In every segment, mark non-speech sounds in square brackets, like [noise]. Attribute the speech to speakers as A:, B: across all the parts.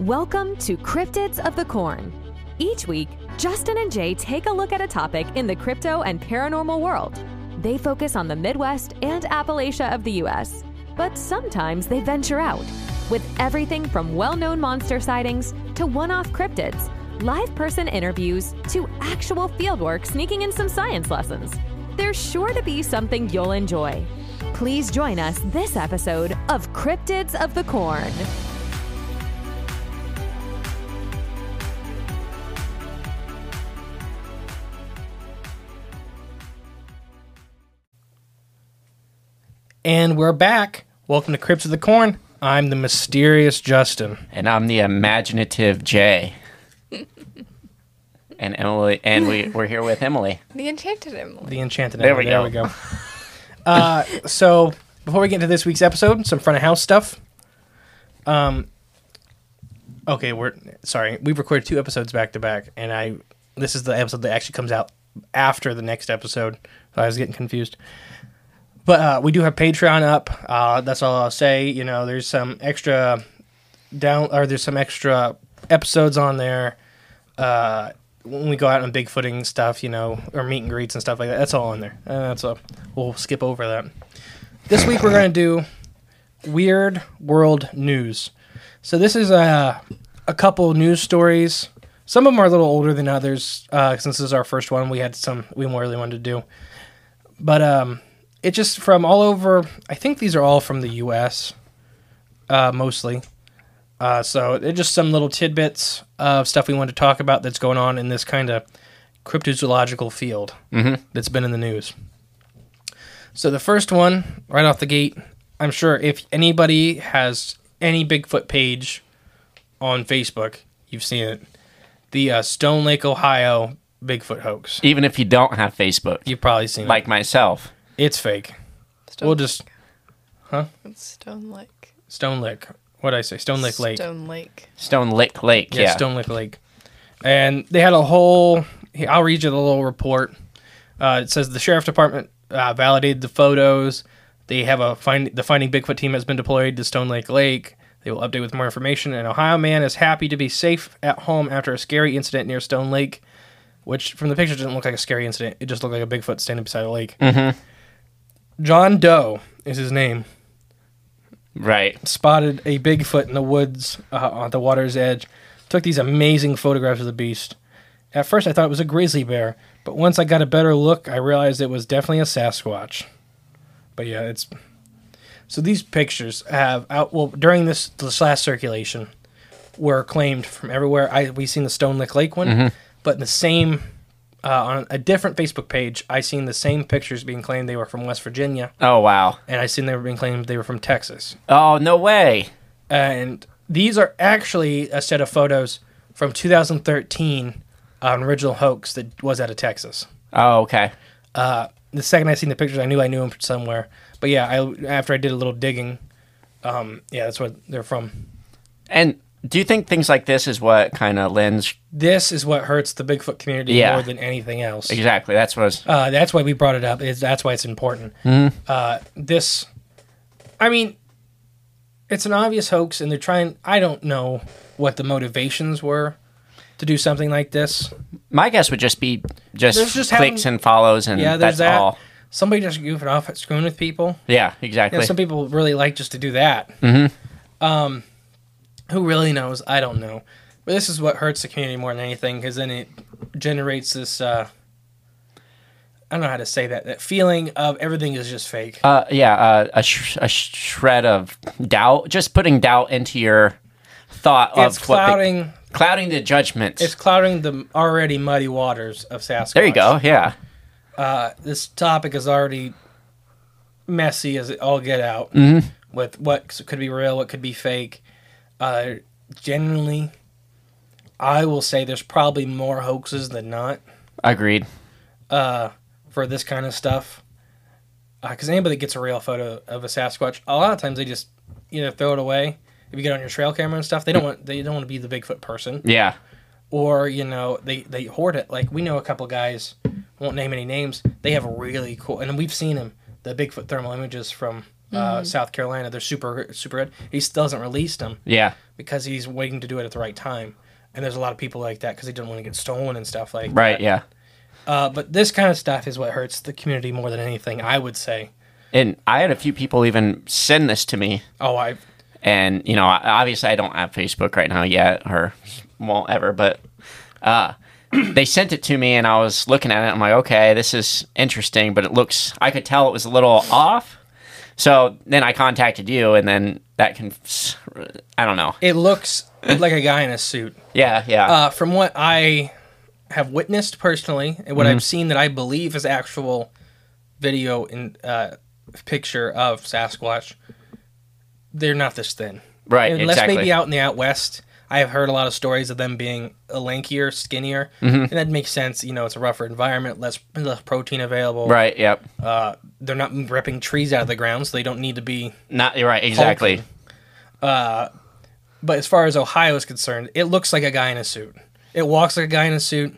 A: Welcome to Cryptids of the Corn. Each week, Justin and Jay take a look at a topic in the crypto and paranormal world. They focus on the Midwest and Appalachia of the U.S., but sometimes they venture out with everything from well known monster sightings to one off cryptids, live person interviews to actual fieldwork sneaking in some science lessons. There's sure to be something you'll enjoy. Please join us this episode of Cryptids of the Corn.
B: And we're back. Welcome to Crypts of the Corn. I'm the mysterious Justin.
C: and I'm the imaginative Jay. and Emily, and we we're here with Emily.
D: The Enchanted Emily.
B: The enchanted
C: There
B: Emily.
C: we
B: there we go. uh, so before we get into this week's episode, some front of house stuff. Um, okay, we're sorry. We've recorded two episodes back to back, and I this is the episode that actually comes out after the next episode. So I was getting confused. But uh, we do have Patreon up. Uh, that's all I'll say. You know, there's some extra down or there's some extra episodes on there. Uh, when we go out on Bigfooting and stuff, you know, or meet and greets and stuff like that. That's all in there. Uh, that's all. We'll skip over that. This week we're gonna do weird world news. So this is a a couple news stories. Some of them are a little older than others. Uh, since this is our first one, we had some we really wanted to do, but um, it's just from all over. I think these are all from the U.S. Uh, mostly. Uh, so they're just some little tidbits of stuff we want to talk about that's going on in this kind of cryptozoological field that's been in the news. So the first one, right off the gate, I'm sure if anybody has any Bigfoot page on Facebook, you've seen it. The uh, Stone Lake, Ohio Bigfoot hoax.
C: Even if you don't have Facebook,
B: You've probably seen
C: like myself,
B: it. It's fake.
D: Stone
B: We'll just
D: Lake. Stone Lake.
B: Stone Lake. What'd I say? Stone Lake Lake.
D: Stone Lake.
C: Stone Lick Lake. Yeah,
B: yeah, Stone Lake Lake. And they had a whole. here, I'll read you the little report. Uh, it says the sheriff department uh, validated the photos. They have a find the finding Bigfoot team has been deployed to Stone Lake Lake. They will update with more information. An Ohio man is happy to be safe at home after a scary incident near Stone Lake, which from the picture didn't look like a scary incident. It just looked like a Bigfoot standing beside a lake. John Doe is his name
C: right.
B: spotted a Bigfoot in the woods uh, at the water's edge. Took these amazing photographs of the beast. At first, I thought it was a grizzly bear, but once I got a better look, I realized it was definitely a Sasquatch. But yeah, it's so these pictures have out well during this this last circulation were claimed from everywhere. I we seen the Stone Lick Lake one, but in the same uh, on a different Facebook page, I seen the same pictures being claimed they were from West Virginia,
C: Oh wow.
B: and I seen they were being claimed they were from Texas
C: Oh no way.
B: and these are actually a set of photos from 2013 an original hoax that was out of texas
C: Oh okay.
B: the second i seen the pictures i knew i knew them from somewhere but yeah I, after i did a little digging um, yeah that's where they're from
C: And do you think things like this is what kind of lends?
B: this is what hurts the bigfoot community
C: Yeah.
B: more than anything else
C: Exactly. That's what. I was,
B: uh, that's why we brought it up is that's why it's important uh, this i mean it's an obvious hoax and they're trying i don't know what the motivations were to do something like this
C: my guess would just be just,
B: There's just
C: clicks
B: having-
C: and follows, and
B: Yeah, there's
C: that's
B: that.
C: all.
B: somebody just goofing off at screwing with people.
C: Yeah,
B: Yeah,
C: exactly.
B: some people really like just to do that. Mm-hmm. Um, who really knows? I don't know. But this is what hurts the community more than anything, because then it generates this. Uh, I don't know how to say that. That feeling of everything is just fake.
C: uh, yeah, uh, a, sh- a shred of doubt, just putting doubt into your thought
B: it's
C: of what the-
B: clouding.
C: clouding the judgments.
B: It's clouding the already muddy waters of Sasquatch.
C: there you go. Yeah,
B: This topic is already messy as it all get out with what could be real, what could be fake. Uh, generally, I will say there's probably more hoaxes than not
C: agreed.
B: for this kind of stuff. Because anybody that gets a real photo of a Sasquatch, a lot of times they just either throw it away. If you get on your trail camera and stuff, they don't want they don't want to be the Bigfoot person.
C: Yeah,
B: or you know they they hoard it like we know a couple guys won't name any names they have really cool and we've seen them the bigfoot thermal images from uh, south carolina they're super super red he still hasn't released them
C: yeah,
B: because he's waiting to do it at the right time and there's a lot of people like that because they don't want to get stolen and stuff like
C: right.
B: that.
C: Yeah,
B: uh, but this kind of stuff is what hurts the community more than anything i would say
C: and I had a few people even send this to me
B: oh i
C: and you know I- obviously i don't have facebook right now yet or won't ever but uh, [clears throat] they sent it to me and i was looking at it i'm like okay this is interesting but it looks i could tell it was a little off so then i contacted you and then that can i don't know
B: it looks like a guy in a suit
C: yeah yeah
B: uh, from what I have witnessed personally and
C: Mm-hmm.
B: what I've seen that I believe is actual video and uh, picture of Sasquatch, they're not this thin.
C: Right,
B: Unless
C: exactly.
B: maybe out in the out west, I have heard a lot of stories of them being uh, lankier, skinnier,
C: Mm-hmm.
B: and that makes sense. You know, it's a rougher environment, less less protein available.
C: right yep
B: Uh, they're not ripping trees out of the ground, so they don't need to be
C: not you're right exactly
B: But as far as Ohio is concerned, it looks like a guy in a suit. It walks like a guy in a suit.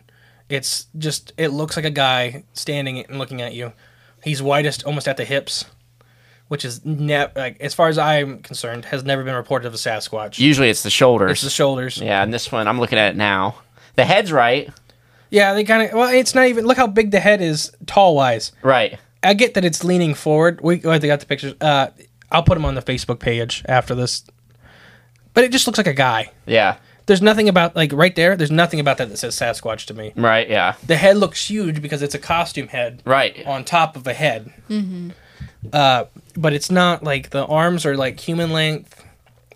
B: It's just it looks like a guy standing and looking at you. He's widest almost at the hips, which is ne- like as far as I'm concerned has never been reported of a Sasquatch.
C: usually it's the shoulders
B: It's the shoulders. Yeah,
C: yeah and this one i'm looking at it now the head's right
B: they kind of well, it's not even look how big the head is tall wise.
C: right
B: I get that it's leaning forward. We oh, they got the pictures. Uh, I'll put them on the Facebook page after this. But it just looks like a guy.
C: yeah
B: There's nothing about like right there. There's nothing about that that says Sasquatch to me.
C: right yeah
B: the head looks huge because it's a costume head
C: Right.
B: on top of a head mm-hmm. uh, but it's not like the arms are like human length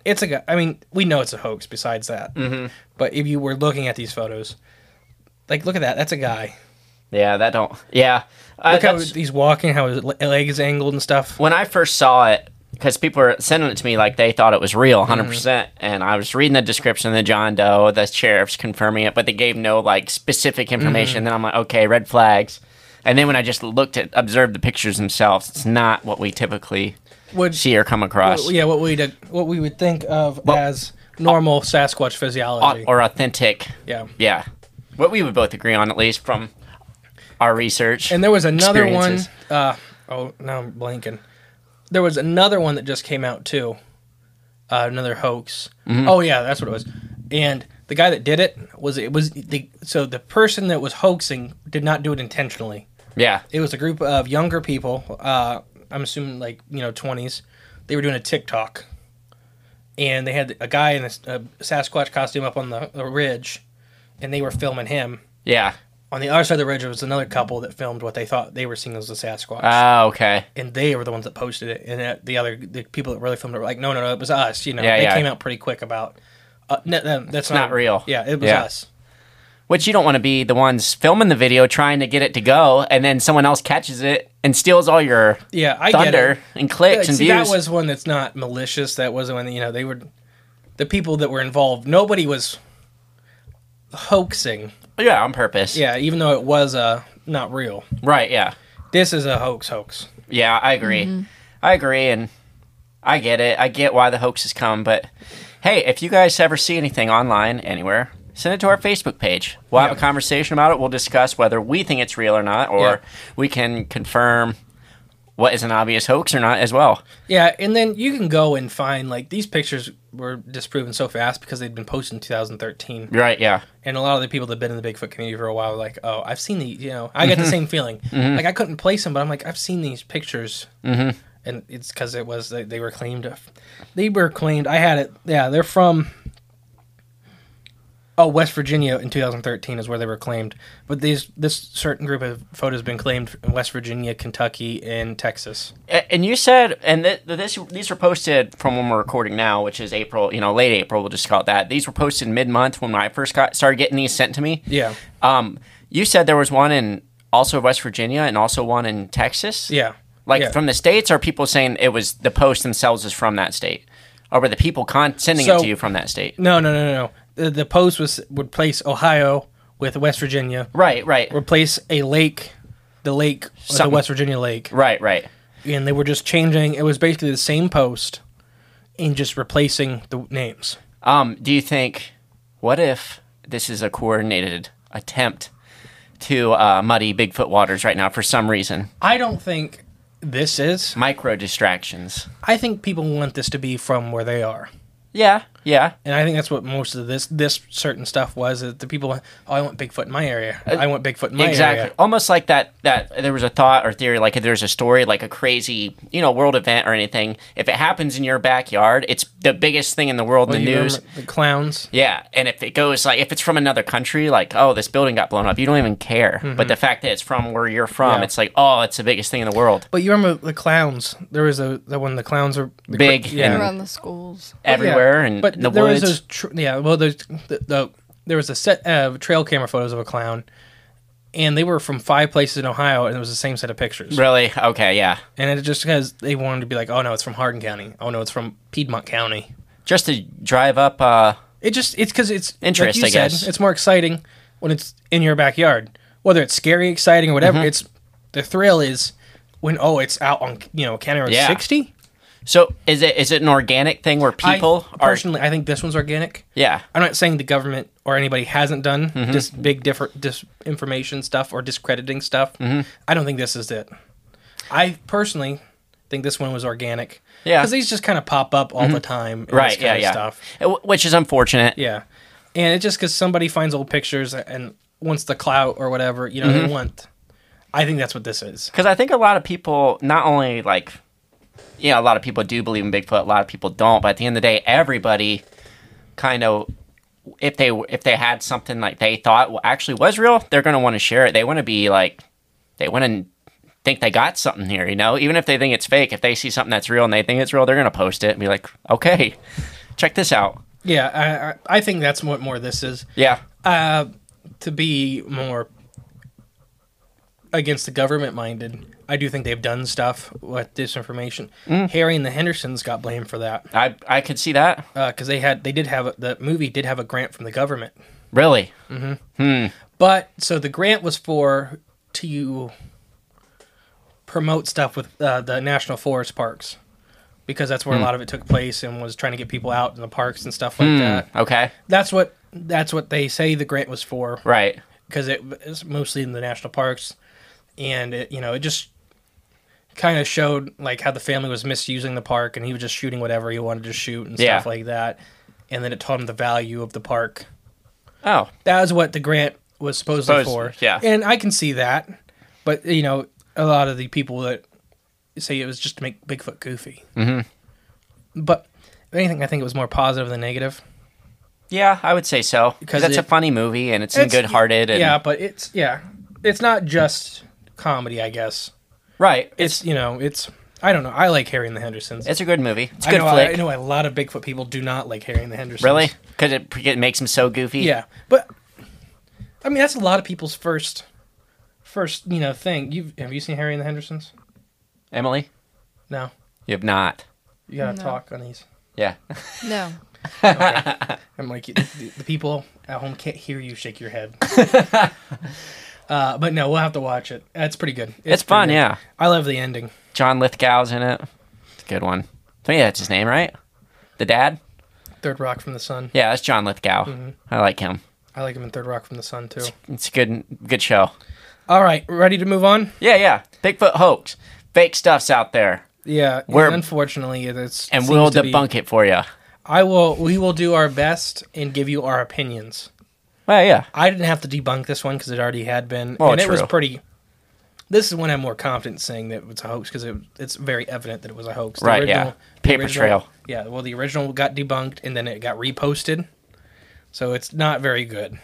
B: it's a gu- i mean we know it's a hoax besides that mm-hmm. but if you were looking at these photos like look at that that's a guy
C: yeah that don't yeah Uh,
B: look how
C: that's-
B: he's walking how his le- leg is angled and stuff
C: when I first saw it, because people were sending it to me like they thought it was real, 100%.
B: Mm-hmm.
C: percent And I was reading the description of the John Doe, the sheriff's confirming it, but they gave no like
B: Mm-hmm.
C: specific information. Then I'm like, okay, red flags. And then when I just looked at, observed the pictures themselves, it's not what we typically
B: would
C: see or come across.
B: yeah what we what we would think of as normal sasquatch physiology
C: Au- Or authentic.
B: yeah
C: Yeah. What we would both agree on, at least from our research.
B: And there was another one.
C: experiences.
B: Uh, oh, now I'm blanking. There was another one that just came out too. Uh, another hoax. Oh yeah, that's what it was. And the guy that did it was it was the so the person that was hoaxing did not do it intentionally.
C: Yeah.
B: It was a group of younger people. Uh, I'm assuming like you know 20s. They were doing a TikTok, and they had a guy in a, s- a Sasquatch costume up on the, the ridge, and they were filming him
C: Yeah.
B: on the other side of the ridge was another couple that filmed what they thought they were seeing as a Sasquatch,
C: Ah, okay.
B: and they were the ones that posted it. And that- the other the people that really filmed it were like, "No, no, no, it was us." You know,
C: Yeah,
B: they
C: yeah.
B: came out pretty quick about uh, no, no, that's
C: not real.
B: Yeah, it was
C: Yeah.
B: us.
C: Which you don't want to be the ones filming the video trying to get it to go, and then someone else catches it and steals all your
B: Yeah, I get
C: thunder
B: it.
C: and clicks
B: Yeah,
C: and
B: see,
C: views.
B: that was one that's not malicious. That was one that, you know they were the people that were involved. Nobody was hoaxing.
C: yeah, on purpose.
B: Yeah, even though it was uh, not real.
C: Right. Yeah.
B: This is a hoax. Hoax.
C: Yeah. I agree. I agree, and I get it. I get why the hoaxes come, but hey, if you guys ever see anything online anywhere, send it to our Facebook page. We'll have a
B: Yeah.
C: conversation about it. We'll discuss whether we think it's real or not, or
B: Yeah.
C: we can confirm what is an obvious hoax or not as well.
B: Yeah, and then you can go and find like these pictures were disproven so fast because they'd been posted in 2013.
C: Right, yeah.
B: And a lot of the people that have been in the Bigfoot community for a while are like, oh, I've seen the, you know, I got
C: Mm-hmm.
B: the same feeling. Like, I couldn't place them, but I'm like, I've seen these pictures. Mm-hmm. And it's because it was, they, they were claimed. They were claimed, I had it, yeah, they're from, oh, West Virginia in 2013 is where they were claimed. But these, this certain group of photos have been claimed in West Virginia, Kentucky, and Texas.
C: A- And you said, and th- th- this these were posted from when we're recording now, which is April, you know, late April. We'll just call it that. These were posted mid month when I first got started getting these sent to me.
B: Yeah.
C: Um, you said there was one in also West Virginia and also one in Texas.
B: Yeah.
C: Like
B: Yeah.
C: from the states, are people saying it was the post themselves is from that state, or were the people con- sending it
B: So-
C: to you from that state?
B: No, no, no, no. no. The, the post was would place Ohio with West Virginia.
C: Right, right,
B: Replace a lake, the lake, with the
C: Something.
B: West Virginia lake,
C: right, right.
B: and they were just changing. It was basically the same post, and just replacing the names.
C: Um, do you think what if this is a coordinated attempt to uh, muddy Bigfoot waters right now for some reason?
B: I don't think this is.
C: Micro distractions.
B: I think people want this to be from where they are.
C: Yeah, yeah.
B: And I think that's what most of this this certain stuff was. That the people, went, oh, I want Bigfoot in my area. I want Bigfoot in my
C: Uh, exactly.
B: area.
C: Almost like that. That there was a thought or theory, like if there's a story, like a crazy, you know, world event or anything. If it happens in your backyard, it's the biggest thing in the world
B: Well,
C: in the
B: you
C: news.
B: remember The clowns.
C: Yeah, and if it goes like if it's from another country, like oh, this building got blown up, you don't even care. But the fact that it's from where you're from,
B: Mm-hmm. Yeah.
C: it's like oh, it's the biggest thing in the world.
B: But you remember the clowns? There was a the one the clowns are the
C: Big and-
D: around the schools.
B: Yeah,
C: everywhere and
B: but
C: in the
B: there
C: woods.
B: was those tr- yeah well there's the, the there was a set of trail camera photos of a clown and they were from five places in ohio and it was the same set of pictures
C: really? Okay, yeah.
B: and it just because they wanted to be like oh no it's from hardin county oh no it's from piedmont county
C: Just to drive up. Uh,
B: it just it's because it's like
C: Interest,
B: you
C: I
B: said,
C: guess.
B: it's more exciting when it's in your backyard whether it's scary exciting or
C: Mm-hmm.
B: whatever it's the thrill is when oh it's out on you know county road
C: Yeah.
B: 60
C: so is it is it an organic thing where people
B: I,
C: are?
B: personally i think this one's organic
C: Yeah. Mm-hmm.
B: I'm not saying the government or anybody hasn't done this big different disinformation stuff or discrediting stuff.
C: Mm-hmm.
B: I don't think this is it. I personally think this one was organic.
C: Yeah. Mm-hmm.
B: because these just kind of pop up all the time. and
C: Right.
B: this
C: Yeah.
B: kinda
C: Yeah.
B: Stuff.
C: Uh, wh- Which is unfortunate.
B: Yeah, and it's just because somebody finds old pictures and wants the clout or whatever you know
C: Mm-hmm.
B: they want. I think that's what this is.
C: because I think a lot of people not only like, you know, a lot of people do believe in Bigfoot, a lot of people don't. But at the end of the day, everybody kind of, if they if they had something like they thought wa- actually was real, they're gonna want to share it. They want to be like, they want to think they got something here, you know. Even if they think it's fake, if they see something that's real and they think it's real, they're gonna post it and be like, okay, check this out.
B: Yeah, I I, I think that's what more this is.
C: Yeah,
B: Uh, to be more against the government minded, I do think they've done stuff with disinformation. Harry and the Hendersons got blamed for that
C: I I could see that.
B: because they had they did have a, the movie did have a grant from the government,
C: Really,
B: but so the grant was for to promote stuff with uh, the national forest parks because that's where a lot of it took place and was trying to get people out in the parks and stuff like that.
C: okay,
B: That's what that's what they say the grant was for.
C: right.
B: because it was mostly in the national parks, and it, you know it just kind of showed like how the family was misusing the park, and he was just shooting whatever he wanted to shoot and
C: Yeah.
B: stuff like that, and then it taught him the value of the park.
C: Oh,
B: That was what the grant was supposedly
C: Supposed-
B: for.
C: yeah.
B: and I can see that, but you know a lot of the people that say it was just to make Bigfoot goofy. Mm-hmm. But if anything, I think it was more positive than negative.
C: yeah, I would say so because
B: Because
C: it's
B: it-
C: a funny movie and it's,
B: It's-
C: good-hearted. And,
B: Yeah, but it's yeah, it's not just comedy, I guess.
C: Right.
B: it's you know it's I don't know I like Harry and the Hendersons.
C: It's a good movie. It's a good
B: I know,
C: flick.
B: I know a lot of Bigfoot people do not like Harry and the Hendersons.
C: Really? Because it, it makes him so goofy.
B: Yeah, but I mean that's a lot of people's first first you know thing. You have you seen Harry and the Hendersons?
C: Emily,
B: No,
C: you have not.
B: you gotta talk on these.
C: Yeah. [laughs]
D: No.
B: I'm like the, the people at home can't hear you shake your
C: [laughs]
B: head. uh, but no, we'll have to watch it. It's pretty good. pretty
C: It's fun,
B: good.
C: yeah.
B: I love the ending.
C: John Lithgow's in it. It's a good one. I think that's his name, right? The dad?
B: Third Rock from the Sun.
C: Yeah, that's John Lithgow.
B: Mm-hmm.
C: I like him.
B: I like him in Third Rock from the Sun too.
C: It's a good good show.
B: All right, ready to move on?
C: Yeah, yeah. Bigfoot hoax. Fake stuff's out there.
B: Yeah,
C: We're-
B: unfortunately, it's
C: And we'll debunk it for you.
B: I will. We will do our best and give you our opinions.
C: Well, yeah.
B: I didn't have to debunk this one because it already had been,
C: Well,
B: and it was
C: Oh, true.
B: pretty. This is when I'm more confident saying that it's a hoax because it, it's very evident that it was a hoax. The
C: Right, yeah.
B: the
C: Paper
B: original-
C: trail.
B: Yeah. Well, the original got debunked and then it got reposted, so it's not very good.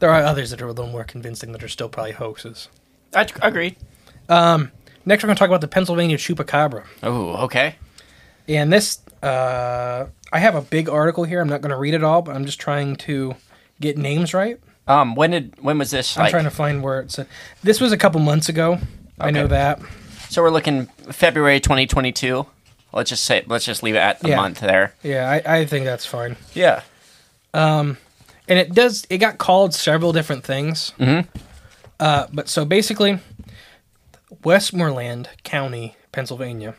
B: There are others that are a little more convincing that are still probably hoaxes.
C: I agreed.
B: Next, we're going to talk about the Pennsylvania chupacabra.
C: Oh, okay.
B: And this, uh, I have a big article here. I'm not going to read it all, but I'm just trying to get names right.
C: Um, when did when was this?
B: I'm
C: Like,
B: trying to find where it's. A, this was a couple months ago. I know
C: Okay.
B: that.
C: so we're looking February 2022. Let's just say let's just leave it at the
B: Yeah.
C: month there.
B: Yeah, I, I think that's fine.
C: Yeah.
B: And it does. It got called several different things. Mm-hmm. Uh, but so basically, Westmoreland County, Pennsylvania,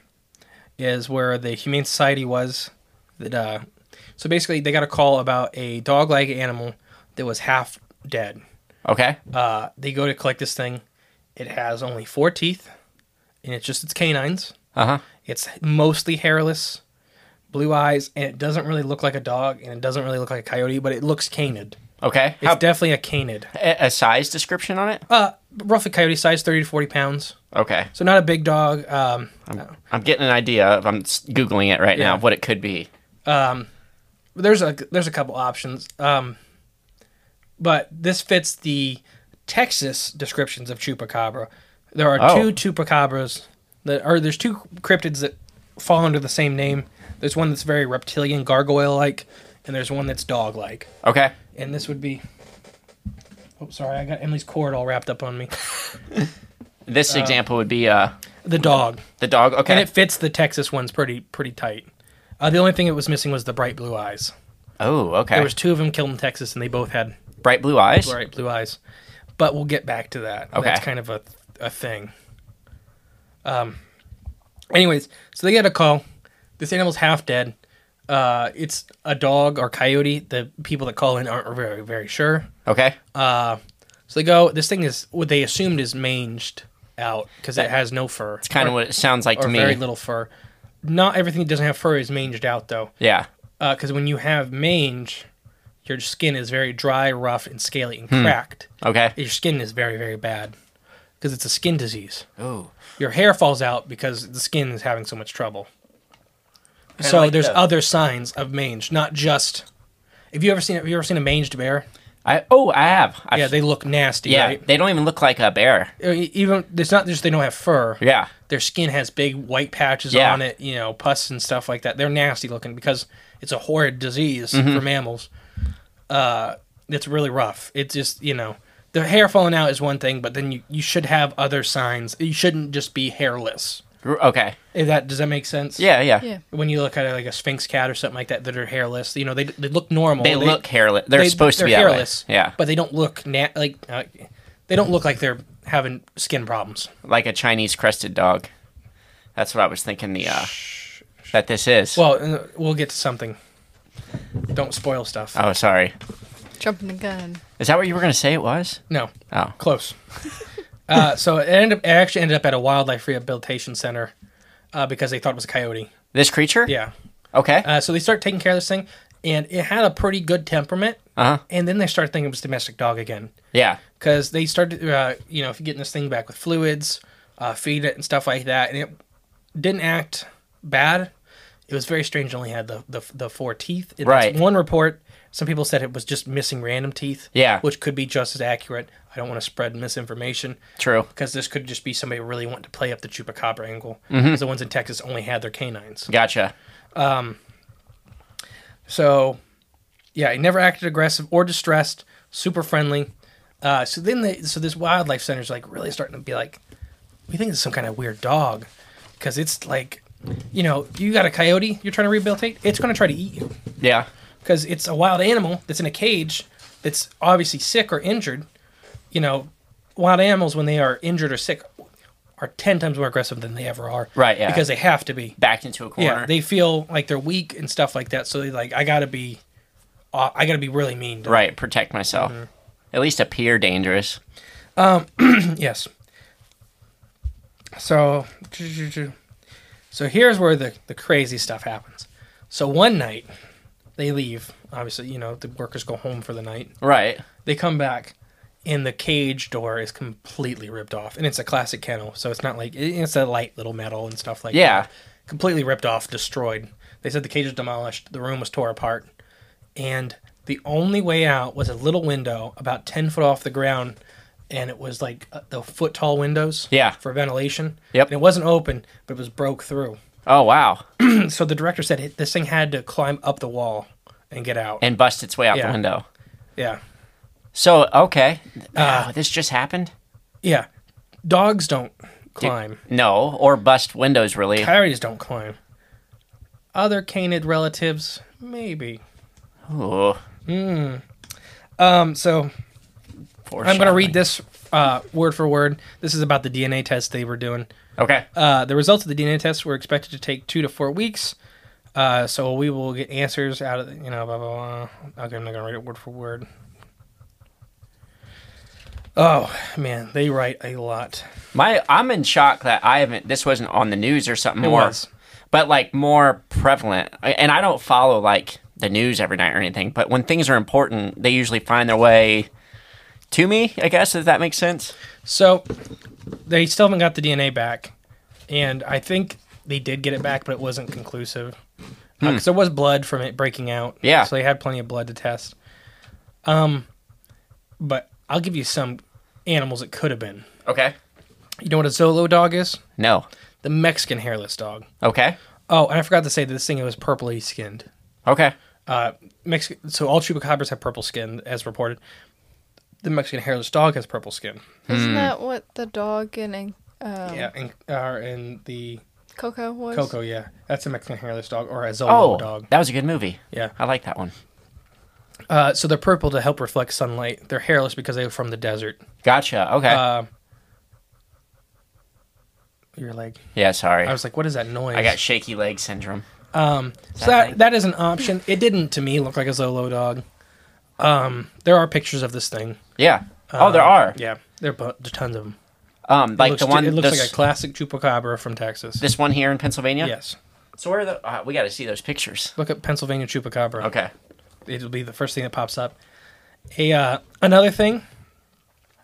B: is where the Humane Society was. That uh, so basically they got a call about a dog-like animal that was half dead.
C: Okay.
B: Uh, they go to collect this thing. It has only four teeth, and it's just its canines.
C: Uh huh.
B: It's mostly hairless, blue eyes, and it doesn't really look like a dog, and it doesn't really look like a coyote, but it looks canid.
C: Okay.
B: It's
C: How,
B: definitely a canid.
C: a a size description on it?
B: Uh, roughly coyote size, thirty to forty pounds.
C: Okay.
B: So not a big dog. Um,
C: I'm getting an idea of I'm s- googling it right now
B: Yeah.
C: of what it could be.
B: there's a there's a couple options. Um, but this fits the Texas descriptions of chupacabra. There are
C: Oh.
B: two chupacabras that are there's two cryptids that fall under the same name. There's one that's very reptilian gargoyle like, and there's one that's dog like.
C: Okay.
B: And this would be. Oh, sorry, I got Emily's cord all wrapped up on me.
C: This example would be uh
B: The dog,
C: the dog. Okay.
B: and it fits the Texas ones pretty pretty tight. Uh, the only thing it was missing was the bright blue eyes.
C: oh, okay.
B: There was two of them killed in Texas, and they both had
C: Bright blue eyes.
B: bright blue eyes. But we'll get back to that.
C: Okay.
B: That's kind of a, a thing. Um, anyways, so they get a call. This animal's half dead. Uh, it's a dog or coyote. The people that call in aren't very, very sure.
C: Okay.
B: Uh, So they go, this thing is what they assumed is manged out because it has no fur. It's
C: kind of what it sounds like
B: or
C: to me.
B: very little fur. Not everything that doesn't have fur is manged out, though.
C: Yeah.
B: Because when you have mange, your skin is very dry, rough, and scaly
C: Hmm.
B: and cracked.
C: Okay.
B: your skin is very very bad because it's a skin disease
C: Oh.
B: your hair falls out because the skin is having so much trouble so there's other signs of mange not just have you ever seen have you ever seen a manged bear
C: I oh I have. I've,
B: yeah they look nasty
C: yeah.
B: right
C: They don't even look like a bear.
B: Uh, even it's not just they don't have fur
C: Yeah.
B: their skin has big white patches
C: Yeah.
B: on it you know pus and stuff like that they're nasty looking because it's a horrid disease
C: Mm-hmm.
B: for mammals uh it's really rough it's just you know the hair falling out is one thing but then you, you should have other signs you shouldn't just be hairless
C: R- Okay.
B: If that does that make sense
C: Yeah. Yeah.
D: Yeah.
B: when you look at like a sphinx cat or something like that that are hairless you know they, they look normal
C: They look hairless. They're supposed to be
B: they're
C: that way.
B: hairless
C: Yeah.
B: but they don't look na- like uh, they don't look like they're having skin problems
C: like a Chinese crested dog. That's what I was thinking. The uh, that this is.
B: Well, uh, we'll get to something. Don't spoil stuff.
C: oh, sorry.
D: Jumping the gun.
C: Is that what you were gonna say it was?
B: no,
C: Oh,
B: close. [laughs] uh, so it ended up, it actually ended up at a wildlife rehabilitation center uh, because they thought it was a coyote.
C: this creature.
B: Yeah.
C: Okay.
B: Uh, so they start taking care of this thing, and it had a pretty good temperament.
C: Uh-huh.
B: And then they started thinking it was a domestic dog again
C: yeah.
B: because they started, uh, you know, if you're getting this thing back with fluids, uh, feed it and stuff like that, and it didn't act bad. It was very strange. It only had the the, the four teeth. It-
C: Right.
B: One report. Some people said it was just missing random teeth.
C: Yeah.
B: Which could be just as accurate. I don't want to spread misinformation
C: True.
B: because this could just be somebody really wanting to play up the chupacabra angle.
C: Mm-hmm.
B: 'cause The ones in Texas only had their canines.
C: Gotcha.
B: So, yeah, he never acted aggressive or distressed. Super friendly. Uh, so then, they, so this wildlife center's like really starting to be like, we think it's some kind of weird dog, because it's like, you know, you got a coyote you're trying to rehabilitate, it's going to try to eat you,
C: Yeah.
B: because it's a wild animal that's in a cage that's obviously sick or injured. You know, wild animals when they are injured or sick are ten times more aggressive than they ever are.
C: Right, yeah.
B: Because they have to be.
C: Backed into a corner.
B: Yeah, they feel like they're weak and stuff like that. So they like, I gotta be, uh, I gotta be really mean. To
C: right. Protect myself.
B: Mm-hmm.
C: At least appear dangerous.
B: Yes. So, so here's where the the crazy stuff happens. So one night, they leave. Obviously, you know the workers go home for the night.
C: Right.
B: They come back, and the cage door is completely ripped off. And it's a classic kennel, so it's not like it- it's a light little metal and stuff like
C: Yeah.
B: that. Completely ripped off, destroyed. They said the cage was demolished. The room was tore apart, and the only way out was a little window about ten foot off the ground, and it was like uh, the foot tall windows.
C: Yeah.
B: For ventilation.
C: Yep.
B: And it wasn't open, but it was broke through. [clears throat]
C: Oh wow.
B: So the director said it- this thing had to climb up the wall and get out.
C: And bust its way out
B: Yeah.
C: the window.
B: yeah.
C: So okay,
B: Uh,
C: Wow, this just happened.
B: Yeah. Dogs don't climb.
C: No, or bust windows really.
B: Coyotes don't climb. Other canid relatives, maybe.
C: Ooh,
B: Um, so I'm going to read this uh, word for word. This is about the DNA test they were doing.
C: Okay.
B: Uh, the results of the DNA test were expected to take two to four weeks. Uh, so we will get answers out of, the- you know, blah, blah, blah. Okay, I'm not going to read it word for word. Oh, man, they write a lot.
C: My I'm in shock that I haven't this wasn't on the news or something
B: It
C: more
B: was.
C: but like more prevalent. I- And I don't follow like the news every night or anything, but when things are important, they usually find their way to me, I guess, if that makes sense.
B: So they still haven't got the DNA back, and I think they did get it back, but it wasn't conclusive because there was blood from it breaking out.
C: Yeah.
B: so they had plenty of blood to test. Um, but I'll give you some animals it could have been.
C: Okay.
B: You know what a Zolo dog is?
C: No.
B: The Mexican hairless dog.
C: Okay.
B: Oh, and I forgot to say that this thing it was purpley skinned.
C: Okay.
B: Mexican. So all chupacabras have purple skin, as reported. The Mexican hairless dog has purple skin.
D: Isn't that what the dog in uh,
B: Yeah, and are in the
D: Coco was?
B: Coco, yeah. That's a Mexican hairless dog or a Zolo
C: Oh,
B: dog.
C: that was a good movie.
B: Yeah.
C: I like that one.
B: Uh, so they're purple to help reflect sunlight. They're hairless because they're from the desert.
C: Gotcha. Okay.
B: Uh, You're like,
C: yeah, sorry.
B: I
C: I,
B: was like, what is that noise?
C: got shaky leg syndrome.
B: so that, that is an option. It didn't to me look like a Zolo dog. Um, there are pictures of this thing. Uh,
C: Yeah. oh, there are.
B: Yeah, there are bu- there's tons of them.
C: Um,
B: it
C: like
B: looks,
C: the one
B: it looks
C: this,
B: like a classic chupacabra from Texas.
C: this one here in Pennsylvania.
B: Yes,
C: So where are the uh, we got to see those pictures.
B: look up Pennsylvania chupacabra.
C: Okay.
B: it'll be the first thing that pops up. A uh, another thing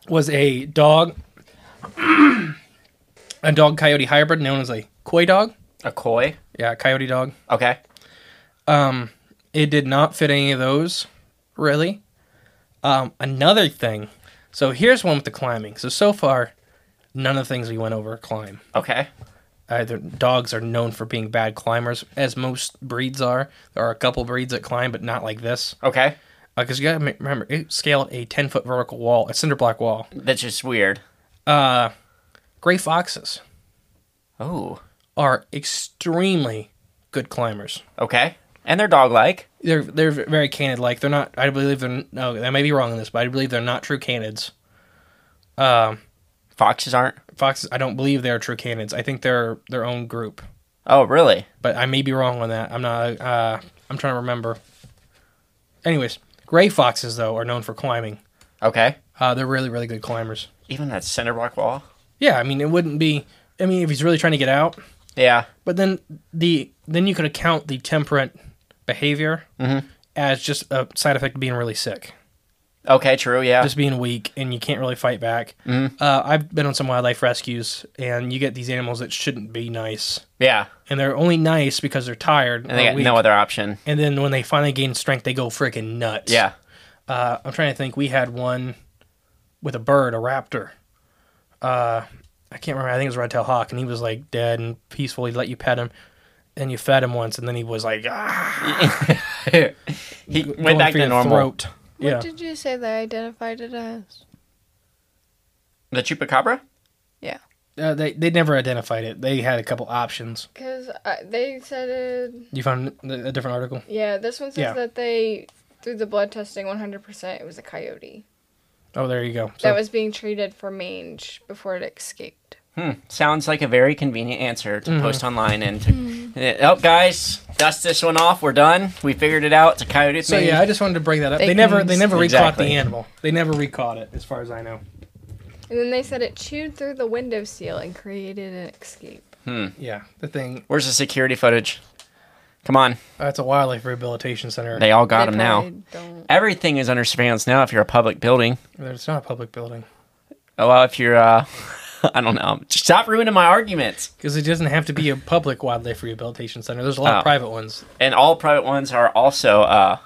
B: was a dog, [clears throat] a dog coyote hybrid known as a koi dog.
C: A koi.
B: Yeah, coyote dog.
C: Okay.
B: It did not fit any of those, really. Um, another thing. So here's one with the climbing. So so far, none of the things we went over climb.
C: Okay.
B: Either dogs are known for being bad climbers, as most breeds are. There are a couple breeds that climb, but not like this.
C: Okay.
B: Because Uh, you gotta ma- remember, it scaled a 10 foot vertical wall, a cinder block wall.
C: That's just weird.
B: Gray foxes
C: Oh.
B: are extremely good climbers.
C: Okay. And they're dog like.
B: They're they're very canid like. They're not. I believe they're no. I may be wrong on this, but I believe they're not true canids.
C: Foxes aren't.
B: Foxes. I don't believe they're true canids. I think they're their own group.
C: Oh, really?
B: But I may be wrong on that. I'm not. Uh, I'm trying to remember. Anyways, gray foxes though are known for climbing.
C: Okay.
B: Uh, they're really really good climbers.
C: Even that cinder block wall.
B: Yeah, I mean it wouldn't be. I mean if he's really trying to get out,
C: Yeah.
B: But then the then you could account the temperate behavior
C: Mm-hmm.
B: as just a side effect of being really sick,
C: Okay. True. Yeah.
B: just being weak, and you can't really fight back.
C: Mm-hmm.
B: Uh, I've been on some wildlife rescues, and you get these animals that shouldn't be nice,
C: yeah.
B: and they're only nice because they're tired
C: And they
B: or
C: got
B: weak.
C: no other option.
B: and then when they finally gain strength, they go freaking nuts.
C: Yeah.
B: Uh, I'm trying to think. We had one with a bird, a raptor. Uh, I can't remember. I think it was a red-tailed hawk, and he was like dead and peaceful. He let you pet him, and you fed him once, and then he was like, ah,
C: He
B: going
C: went back
B: through
C: to
B: your
C: normal.
B: Throat.
D: What
B: Yeah,
D: did you say they identified it as?
C: The chupacabra.
D: Yeah.
B: uh, they they never identified it. They had a couple options.
D: Because uh, they said it.
B: You found a a different article.
D: Yeah, this one says
B: Yeah.
D: that they, through the blood testing, 100% it was a coyote
B: Oh, there you go. So,
D: that was being treated for mange before it escaped.
C: Hmm. Sounds like a very convenient answer to
B: Mm-hmm.
C: post online and to,
D: Mm-hmm.
C: oh guys, dust this one off. We're done. We figured it out. It's a coyote.
B: so
C: thing.
B: yeah, I just wanted to bring that up. They,
D: Fake
B: never
D: news.
B: they never recaught
C: Exactly.
B: the animal. They never recaught it, as far as I know.
D: And then they said it chewed through the window seal and created an escape.
B: Yeah, the thing.
C: Where's the security footage? Come on,
B: That's a wildlife rehabilitation center.
C: they all got
D: They
C: them
D: probably
C: now.
D: Don't.
C: Everything is under surveillance now. If you're a public building,
B: it's not a public building
C: oh well, if you're, uh, [laughs] I don't know. Stop ruining my arguments.
B: because it doesn't have to be a public wildlife rehabilitation center. There's a lot
C: Oh.
B: of private ones.
C: And all private ones are also uh,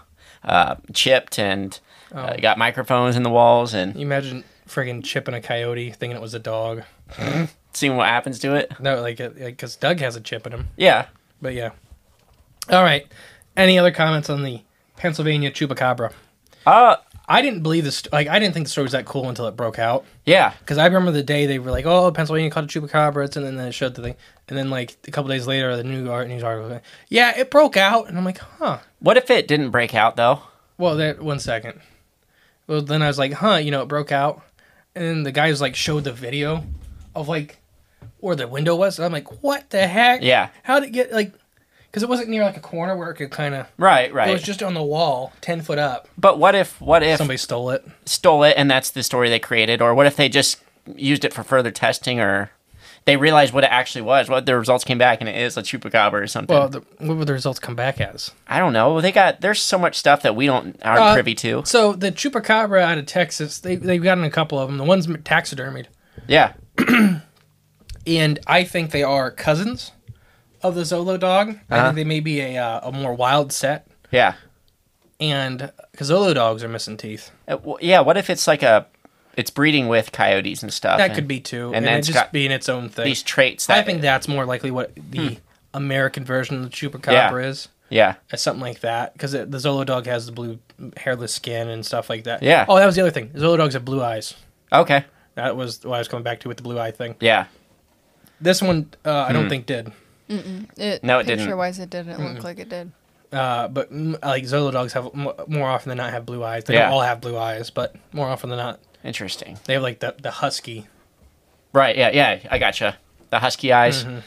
C: uh, chipped and
B: Oh.
C: uh, got microphones in the walls and
B: You imagine friggin' chipping a coyote, thinking it was a dog.
C: seeing what happens to it.
B: No, like because Doug has a chip in him.
C: Yeah.
B: But yeah. All right. Any other comments on the Pennsylvania chupacabra?
C: Uh,
B: I didn't believe this. Like I didn't think the story was that cool until it broke out.
C: yeah.
B: Because I remember the day they were like, "Oh, Pennsylvania caught a chupacabra," it's- and then it showed the thing. And then like a couple days later, the new art news article, yeah, it broke out, and I'm like, huh.
C: What if it didn't break out though?
B: Well, that one second. Well, then I was like, huh, you know, it broke out, and then the guys like showed the video of like where the window was, and I'm like, what the heck?
C: Yeah.
B: How did it get like? Because it wasn't near like a corner where it could kind of.
C: Right.
B: It
C: Right.
B: was just on the wall, ten foot up.
C: but what if? What if?
B: Somebody stole it.
C: stole it and that's the story they created or what if they just used it for further testing or they realized what it actually was what the results came back and it is a chupacabra or something
B: Well, the, what would the results come back as?
C: i don't know they got there's so much stuff that we don't aren't
B: Uh,
C: privy to
B: So the chupacabra out of Texas, they they've gotten a couple of them. The one's taxidermied,
C: yeah
B: and I think they are cousins of the Zolo dog. I think they may be a uh, a more wild set,
C: yeah
B: and because Zolo dogs are missing teeth,
C: Uh, w- yeah what if it's like a it's breeding with coyotes and stuff
B: that
C: and
B: could be too,
C: and
B: and,
C: then
B: it
C: it's
B: just
C: got
B: being its own thing.
C: these traits that
B: I think that's more likely what the American version of the chupacabra
C: Yeah.
B: is.
C: yeah
B: as uh, something like that because the Zolo dog has the blue hairless skin and stuff like that.
C: Yeah.
B: Oh, that was the other thing. Zolo dogs have blue eyes.
C: okay
B: That was what I was coming back to with the blue eye thing.
C: yeah
B: This one uh, I
C: Hmm.
B: don't think did,
D: It,
C: No, it didn't.
D: Picture-wise, it didn't look like it did.
B: uh, but mm, like Zolo dogs have m- more often than not have blue eyes. They
C: Yeah.
B: don't all have blue eyes, but more often than not
C: interesting
B: they have like the the husky.
C: right yeah yeah i gotcha the husky eyes
B: Mm-hmm.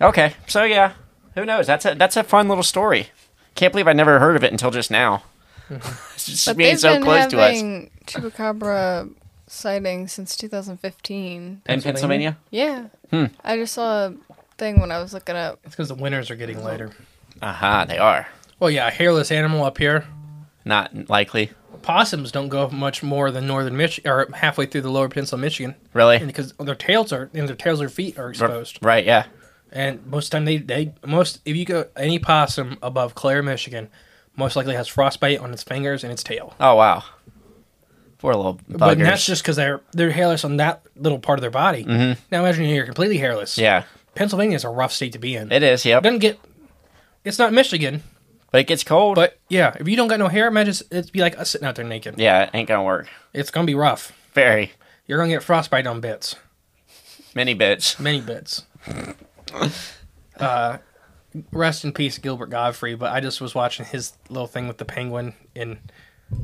C: okay so yeah who knows that's a that's a fun little story can't believe i never heard of it until just now
B: Mm-hmm.
C: it's just
D: But
C: being
D: they've
C: so
D: been
C: close to us
D: having chupacabra sightings since 2015.
C: In Pennsylvania?
D: Yeah.
C: Hmm.
D: I just saw a thing when I was looking up.
B: It's because the winters are getting later.
C: Aha, they are.
B: Well, yeah, a hairless animal up here.
C: Not likely.
B: Possums don't go much more than northern Mich or halfway through the lower peninsula of Michigan,
C: Really?
B: and because their tails are and their tails or feet are exposed.
C: Right, yeah.
B: And most time they, they most if you go any possum above Clare, Michigan, most likely has frostbite on its fingers and its tail.
C: Oh, wow. Poor little buggers.
B: But that's just because they're they're hairless on that little part of their body. Mm-hmm. Now imagine you're completely hairless.
C: yeah,
B: Pennsylvania is a rough state to be in.
C: it is, yep.
B: doesn't get. It's not Michigan,
C: But it gets cold.
B: but yeah, if you don't got no hair, imagine it's- it'd be like us sitting out there naked.
C: yeah, it ain't going to work.
B: It's gonna be rough.
C: Very.
B: You're gonna get frostbite on bits,
C: Many bits.
B: many bits. uh, rest in peace, Gilbert Godfrey. But I just was watching his little thing with the penguin in